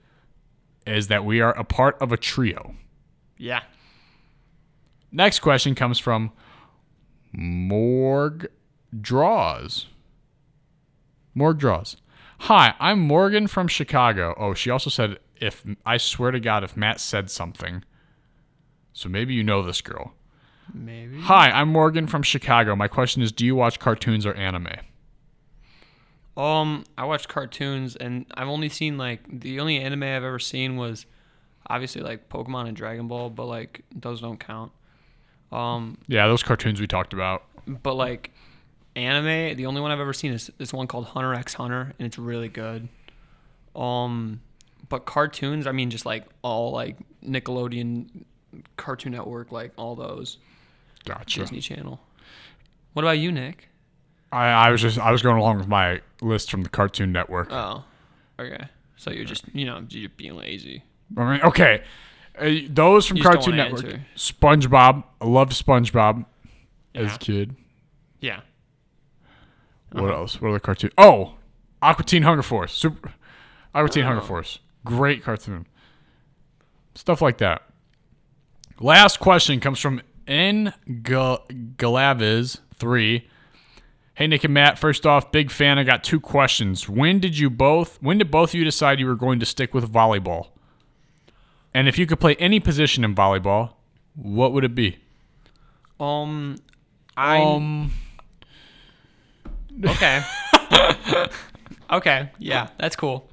Speaker 3: is that we are a part of a trio.
Speaker 4: Yeah.
Speaker 3: Next question comes from Morg Draws. Morg Draws. Hi, I'm Morgan from Chicago. Oh, she also said if I swear to God, if Matt said something. So maybe you know this girl.
Speaker 4: Maybe.
Speaker 3: Hi, I'm Morgan from Chicago. My question is do you watch cartoons or anime?
Speaker 4: Um, I watch cartoons, and I've only seen like the only anime I've ever seen was obviously like Pokemon and Dragon Ball, but like those don't count. Um,
Speaker 3: Yeah, those cartoons we talked about.
Speaker 4: but like anime, the only one I've ever seen is this one called Hunter X Hunter, and it's really good. Um, but cartoons, I mean, just like all like Nickelodeon, Cartoon Network, like all those
Speaker 3: Gotcha.
Speaker 4: Disney Channel. What about you, Nick?
Speaker 3: I, I was just I was going along with my list from the Cartoon Network.
Speaker 4: Oh, okay. So you're just you know you're being lazy.
Speaker 3: I mean, okay. Uh, those from
Speaker 4: You just don't
Speaker 3: Cartoon
Speaker 4: wanna
Speaker 3: Network.
Speaker 4: answer.
Speaker 3: SpongeBob. I loved SpongeBob as a kid.
Speaker 4: Yeah.
Speaker 3: What else? What other cartoon? Oh, Aqua Teen Hunger Force. Super. Aqua Teen Hunger Force. Great cartoon. Stuff like that. Last question comes from N Galaviz three. Hey Nick and Matt, first off, big fan. I got two questions. When did you both? When did both of you decide you were going to stick with volleyball? And if you could play any position in volleyball, what would it be?
Speaker 4: Um, I
Speaker 3: Um,
Speaker 4: Okay. okay. Yeah, that's cool.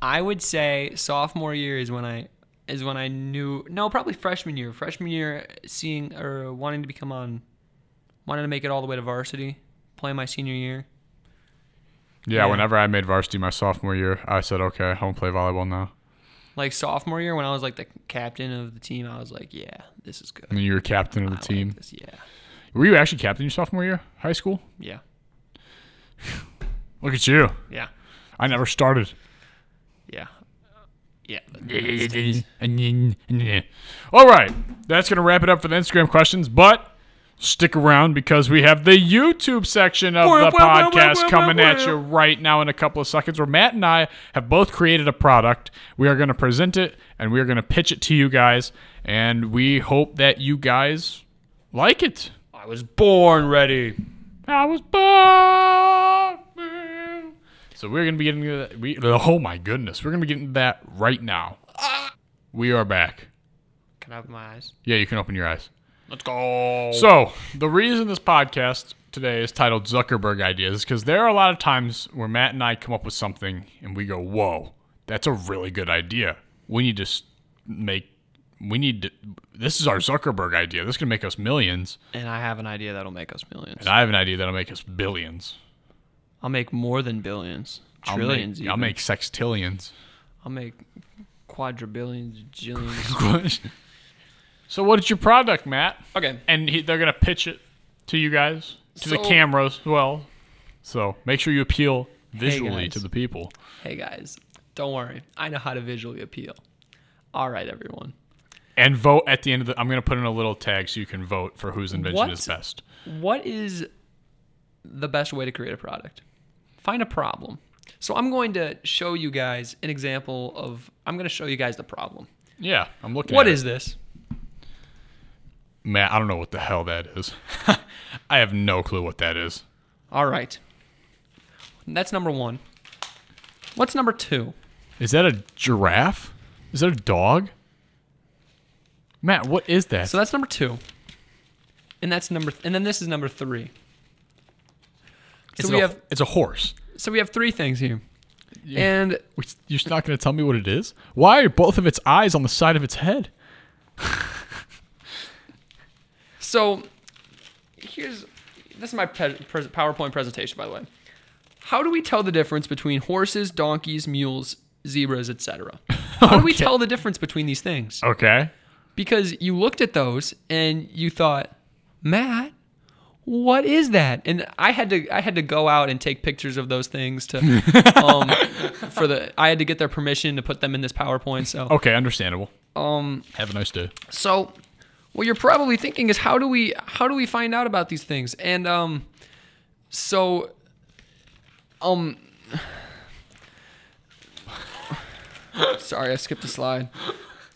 Speaker 4: I would say sophomore year is when I is when I knew no probably freshman year freshman year seeing or wanting to become on wanting to make it all the way to varsity play my senior year.
Speaker 3: Yeah, whenever I made varsity my sophomore year, I said, okay, I won't play volleyball now.
Speaker 4: Like sophomore year, when I was like the captain of the team, I was like, yeah, this is good.
Speaker 3: And you were captain of the
Speaker 4: I like
Speaker 3: team.
Speaker 4: this. Yeah,
Speaker 3: Were you actually captain your sophomore year, high school?
Speaker 4: yeah,
Speaker 3: Look at you.
Speaker 4: yeah,
Speaker 3: I never started.
Speaker 4: yeah, yeah.
Speaker 3: All right, that's gonna wrap it up for the Instagram questions, but. Stick around because we have the YouTube section of the podcast coming at you right now in a couple of seconds. Where Matt and I have both created a product. We are going to present it and we are going to pitch it to you guys. And we hope that you guys like it.
Speaker 4: I was born ready.
Speaker 3: I was born. So we're gonna be getting to that. We, oh my goodness, we're gonna be getting to that right now. We are back.
Speaker 4: Can I open my eyes?
Speaker 3: Yeah, you can open your eyes.
Speaker 4: Let's go.
Speaker 3: So the reason this podcast today is titled Zuckerberg Ideas is because there are a lot of times where Matt and I come up with something and we go, "Whoa, that's a really good idea. We need to s- make. We need to. This is our Zuckerberg idea. This can make us millions.
Speaker 4: And I have an idea that'll make us millions.
Speaker 3: And I have an idea that'll make us billions.
Speaker 4: I'll make more than billions,
Speaker 3: I'll make-
Speaker 4: trillions.
Speaker 3: I'll
Speaker 4: even.
Speaker 3: make sextillions.
Speaker 4: I'll make quadrillions, jillions.
Speaker 3: so what is your product, Matt?
Speaker 4: okay.
Speaker 3: And he, they're gonna pitch it to you guys, to the
Speaker 4: So-
Speaker 3: camera as well. So make sure you appeal visually
Speaker 4: guys.
Speaker 3: to the people.
Speaker 4: Hey guys, don't worry. I know how to visually appeal. All right, everyone.
Speaker 3: And vote at the end of the. I'm gonna put in a little tag so you can vote for whose invention
Speaker 4: What?
Speaker 3: is best.
Speaker 4: What is the best way to create a product? Find a problem. So I'm going to show you guys an example of. I'm going to show you guys the problem.
Speaker 3: Yeah, I'm looking.
Speaker 4: What
Speaker 3: at
Speaker 4: is
Speaker 3: it.
Speaker 4: this?
Speaker 3: Matt? I don't know what the hell that is. I have no clue what that is.
Speaker 4: All right. That's number one. What's number two?
Speaker 3: Is that a giraffe? Is that a dog? Matt, what is that?
Speaker 4: So that's number two. And that's number, and then this is number three.
Speaker 3: It's
Speaker 4: So we
Speaker 3: a-
Speaker 4: have,
Speaker 3: it's a horse.
Speaker 4: so we have three things here, and
Speaker 3: Which- You're just not going to tell me what it is? Why are both of its eyes on the side of its head?
Speaker 4: so here's this is my pe- pres- PowerPoint presentation, by the way. How do we tell the difference between horses, donkeys, mules, zebras, etc.? How do we tell the difference between these things?
Speaker 3: Okay.
Speaker 4: because you looked at those and you thought, Matt, what is that? And I had to I had to go out and take pictures of those things to um, for the I had to get their permission to put them in this PowerPoint. So
Speaker 3: Okay, understandable. Um have a nice day.
Speaker 4: so what you're probably thinking is how do we how do we find out about these things? And um so um sorry, I skipped a slide.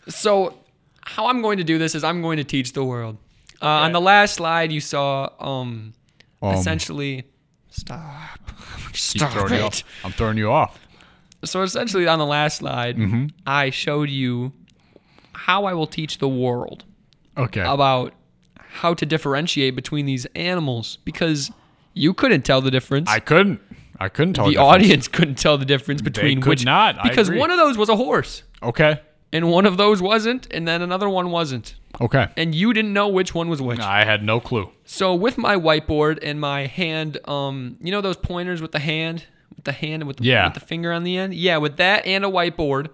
Speaker 4: So how I'm going to do this is I'm going to teach the world. Uh, On the last slide you saw um, essentially stop. Stop
Speaker 3: throwing you
Speaker 4: it.
Speaker 3: off. I'm throwing you off.
Speaker 4: So essentially on the last slide I showed you how I will teach the world
Speaker 3: Okay.
Speaker 4: about how to differentiate between these animals because you couldn't tell the difference.
Speaker 3: I couldn't. I couldn't tell
Speaker 4: the
Speaker 3: difference.
Speaker 4: audience couldn't tell the difference between
Speaker 3: could
Speaker 4: which
Speaker 3: not, I
Speaker 4: because
Speaker 3: agree.
Speaker 4: one of those was a horse
Speaker 3: Okay.
Speaker 4: and one of those wasn't and then another one wasn't
Speaker 3: Okay.
Speaker 4: and you didn't know which one was which.
Speaker 3: I had no clue.
Speaker 4: So with my whiteboard and my hand, um, you know those pointers with the hand, with the hand and with the,
Speaker 3: Yeah.
Speaker 4: with the finger on the end. Yeah, with that and a whiteboard,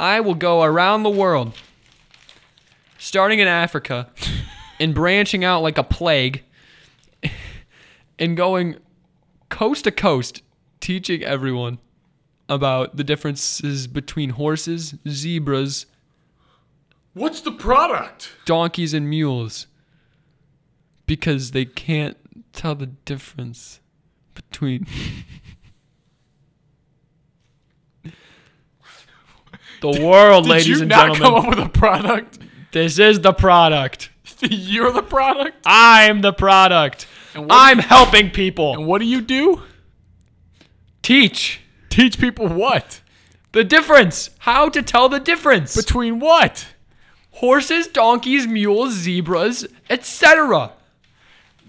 Speaker 4: I will go around the world, starting in Africa, and branching out like a plague, and going coast to coast, teaching everyone about the differences between horses, zebras,
Speaker 3: What's the product?
Speaker 4: donkeys and mules because they can't tell the difference between the world,
Speaker 3: Did
Speaker 4: ladies
Speaker 3: you
Speaker 4: and
Speaker 3: not
Speaker 4: gentlemen.
Speaker 3: come up with a product?
Speaker 4: This is the product.
Speaker 3: You're the product?
Speaker 4: I'm the product.
Speaker 3: do
Speaker 4: I'm helping people
Speaker 3: And what do you do?
Speaker 4: teach
Speaker 3: Teach people what?
Speaker 4: the difference. How to tell the difference
Speaker 3: Between what?
Speaker 4: horses, donkeys, mules, zebras, etc.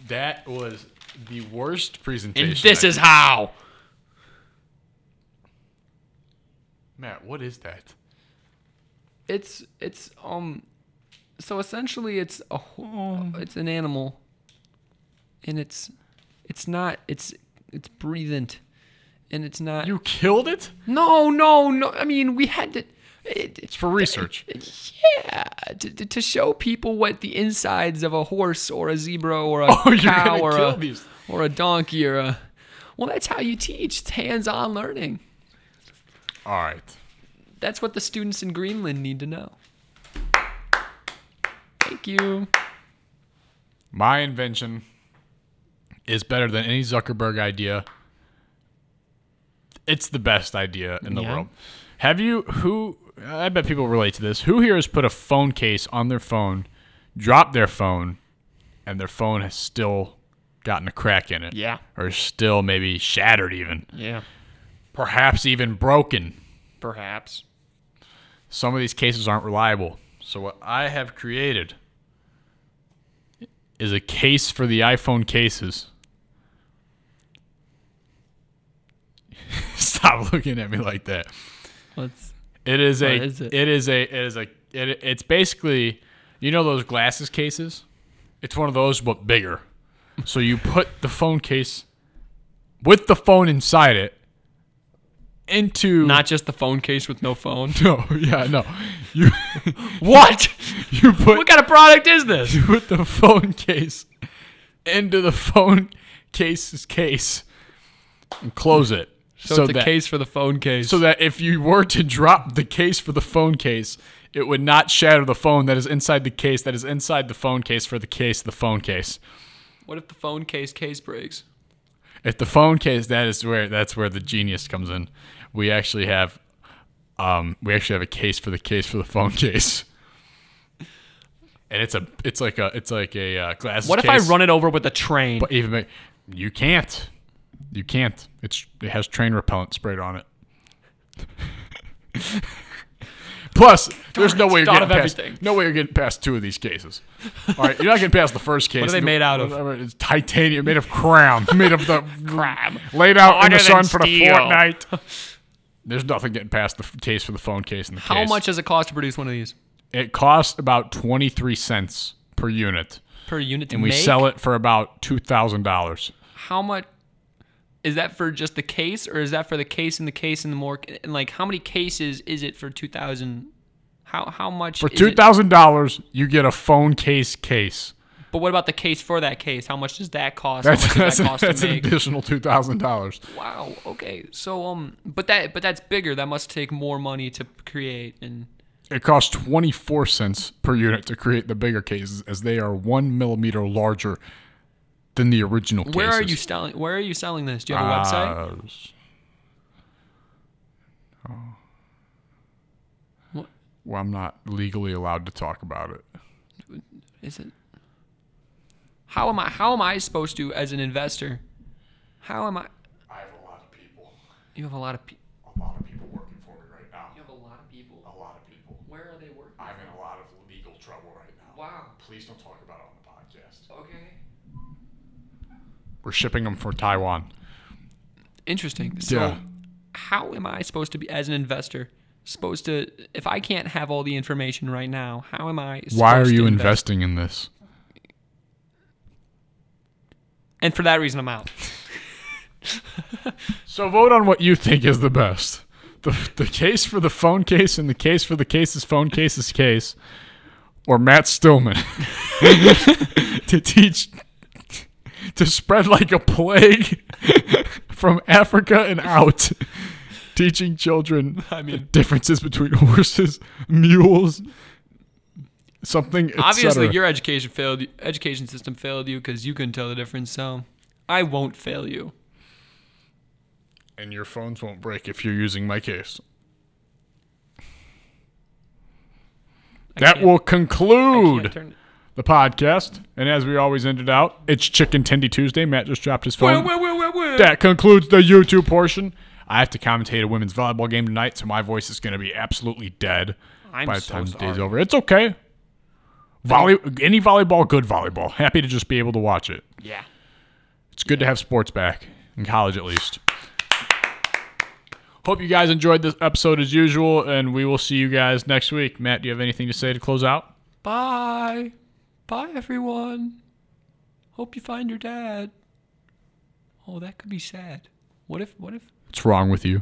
Speaker 3: That was the worst presentation.
Speaker 4: And this
Speaker 3: I-
Speaker 4: is how.
Speaker 3: Matt, what is that?
Speaker 4: it's it's um Oh. so essentially it's a ho- it's an animal and it's It's not. It's it's breathant, and it's not.
Speaker 3: You killed it?
Speaker 4: no, no, no. I mean, we had to. It,
Speaker 3: It's for research.
Speaker 4: yeah, to, to to show people what the insides of a horse or a zebra or a
Speaker 3: Oh, you're
Speaker 4: cow
Speaker 3: gonna
Speaker 4: or
Speaker 3: kill
Speaker 4: a,
Speaker 3: these.
Speaker 4: or a donkey or a. Well, that's how you teach. It's hands-on learning.
Speaker 3: All right.
Speaker 4: That's what the students in Greenland need to know. Thank you.
Speaker 3: My invention is better than any Zuckerberg idea. It's the best idea in the
Speaker 4: Yeah.
Speaker 3: world. Have you who I bet people relate to this. Who here has put a phone case on their phone, dropped their phone, and their phone has still gotten a crack in it?
Speaker 4: Yeah.
Speaker 3: Or still maybe shattered even.
Speaker 4: Yeah,
Speaker 3: Perhaps even broken.
Speaker 4: perhaps.
Speaker 3: Some of these cases aren't reliable. So what I have created is a case for the iPhone cases. Stop looking at me like that.
Speaker 4: Let's.
Speaker 3: It is a
Speaker 4: What is it?
Speaker 3: it is a it is a it, it's basically you know those glasses cases? It's one of those but bigger. So you put the phone case with the phone inside it into
Speaker 4: Not just the phone case with no phone.
Speaker 3: no, yeah, no. You
Speaker 4: what?
Speaker 3: you put
Speaker 4: What kind of product is this?
Speaker 3: you put the phone case into the phone case's case and close it.
Speaker 4: So, it's a
Speaker 3: that,
Speaker 4: case for the phone case.
Speaker 3: so that if you were to drop the case for the phone case, it would not shatter the phone that is inside the case that is inside the phone case for the case the phone case.
Speaker 4: what if the phone case case breaks?
Speaker 3: If the phone case that is where that's where the genius comes in. We actually have um we actually have a case for the case for the phone case. And it's a it's like a it's like a uh, glass
Speaker 4: What if I run it over with a train?
Speaker 3: But even ma- you can't. You can't. It's it has train repellent sprayed on it. Plus, there's no way you're
Speaker 4: Thought
Speaker 3: getting
Speaker 4: of
Speaker 3: past.
Speaker 4: everything.
Speaker 3: No way you're getting past two of these cases. All right, you're not getting past the first case.
Speaker 4: are they made out of?
Speaker 3: It's titanium, made of crown, made of the
Speaker 4: Crab.
Speaker 3: laid out in
Speaker 4: Harder
Speaker 3: the sun
Speaker 4: than
Speaker 3: for the
Speaker 4: steel.
Speaker 3: fortnight. There's nothing getting past the f- case for the phone case and the
Speaker 4: How
Speaker 3: case.
Speaker 4: much does it cost to produce one of these
Speaker 3: It costs about twenty three cents per unit,
Speaker 4: per unit to
Speaker 3: and we
Speaker 4: make?
Speaker 3: sell it for about two thousand dollars.
Speaker 4: How much? Is that for just the case, or is that for the case and the case and the more? And like, how many cases is it for two thousand? How how much
Speaker 3: For
Speaker 4: is
Speaker 3: two
Speaker 4: it?
Speaker 3: thousand dollars, you get a phone case case.
Speaker 4: But what about the case for that case? How much does that cost?
Speaker 3: That's
Speaker 4: how
Speaker 3: that's,
Speaker 4: much does that cost
Speaker 3: that's
Speaker 4: to
Speaker 3: an
Speaker 4: make?
Speaker 3: additional two thousand dollars.
Speaker 4: Wow. Okay. So um, but that but that's bigger. That must take more money to create and.
Speaker 3: It costs twenty four cents per unit to create the bigger cases, as they are one millimeter larger than the original.
Speaker 4: Where are you
Speaker 3: cases.
Speaker 4: selling? Where are you selling this? Do you have a website?
Speaker 3: Uh,
Speaker 4: What?
Speaker 3: Well, I'm not legally allowed to talk about it.
Speaker 4: Is it? How am I? How am I supposed to, as an investor? How am I?
Speaker 3: I have a lot of people,
Speaker 4: You have a lot of people.
Speaker 3: a lot of people working for me right now.
Speaker 4: You have a lot of people.
Speaker 3: A lot of people.
Speaker 4: Where are they working?
Speaker 3: I'm in a lot of legal trouble right now.
Speaker 4: Wow.
Speaker 3: Please don't talk about it on the podcast.
Speaker 4: Okay.
Speaker 3: We're shipping them for Taiwan.
Speaker 4: Interesting. So,
Speaker 3: Yeah.
Speaker 4: how am I supposed to be, as an investor, supposed to? If I can't have all the information right now, how am I?
Speaker 3: Why are
Speaker 4: supposed to
Speaker 3: you
Speaker 4: invest?
Speaker 3: investing in this?
Speaker 4: And for that reason, I'm out.
Speaker 3: So vote on what you think is the best. The, the case for the phone case and the case for the case's phone case's case, or Matt Stillman to teach to spread like a plague from Africa and out, teaching children the differences between horses, mules, something. et
Speaker 4: Obviously,
Speaker 3: cetera.
Speaker 4: your education failed. Education system failed you because you couldn't tell the difference. So, I won't fail you.
Speaker 3: and your phones won't break if you're using my case. That
Speaker 4: can't-
Speaker 3: will
Speaker 4: Can't
Speaker 3: conclude
Speaker 4: turn-
Speaker 3: the podcast. And as we always ended out, it's Chicken Tendy Tuesday. Matt just dropped his phone.
Speaker 4: Wah, wah, wah, wah, wah.
Speaker 3: That concludes the YouTube portion. I have to commentate a women's volleyball game tonight, so my voice is going to be absolutely dead
Speaker 4: I'm
Speaker 3: by the
Speaker 4: so
Speaker 3: time the day's
Speaker 4: sorry.
Speaker 3: over. It's okay. Volley, any volleyball, good volleyball. Happy to just be able to watch it.
Speaker 4: Yeah.
Speaker 3: It's good to have sports back in college, at least. Hope you guys enjoyed this episode as usual, and we will see you guys next week. Matt, do you have anything to say to close out?
Speaker 4: Bye. Bye, everyone. Hope you find your dad. oh, that could be sad. What if, what if?
Speaker 3: What's wrong with you?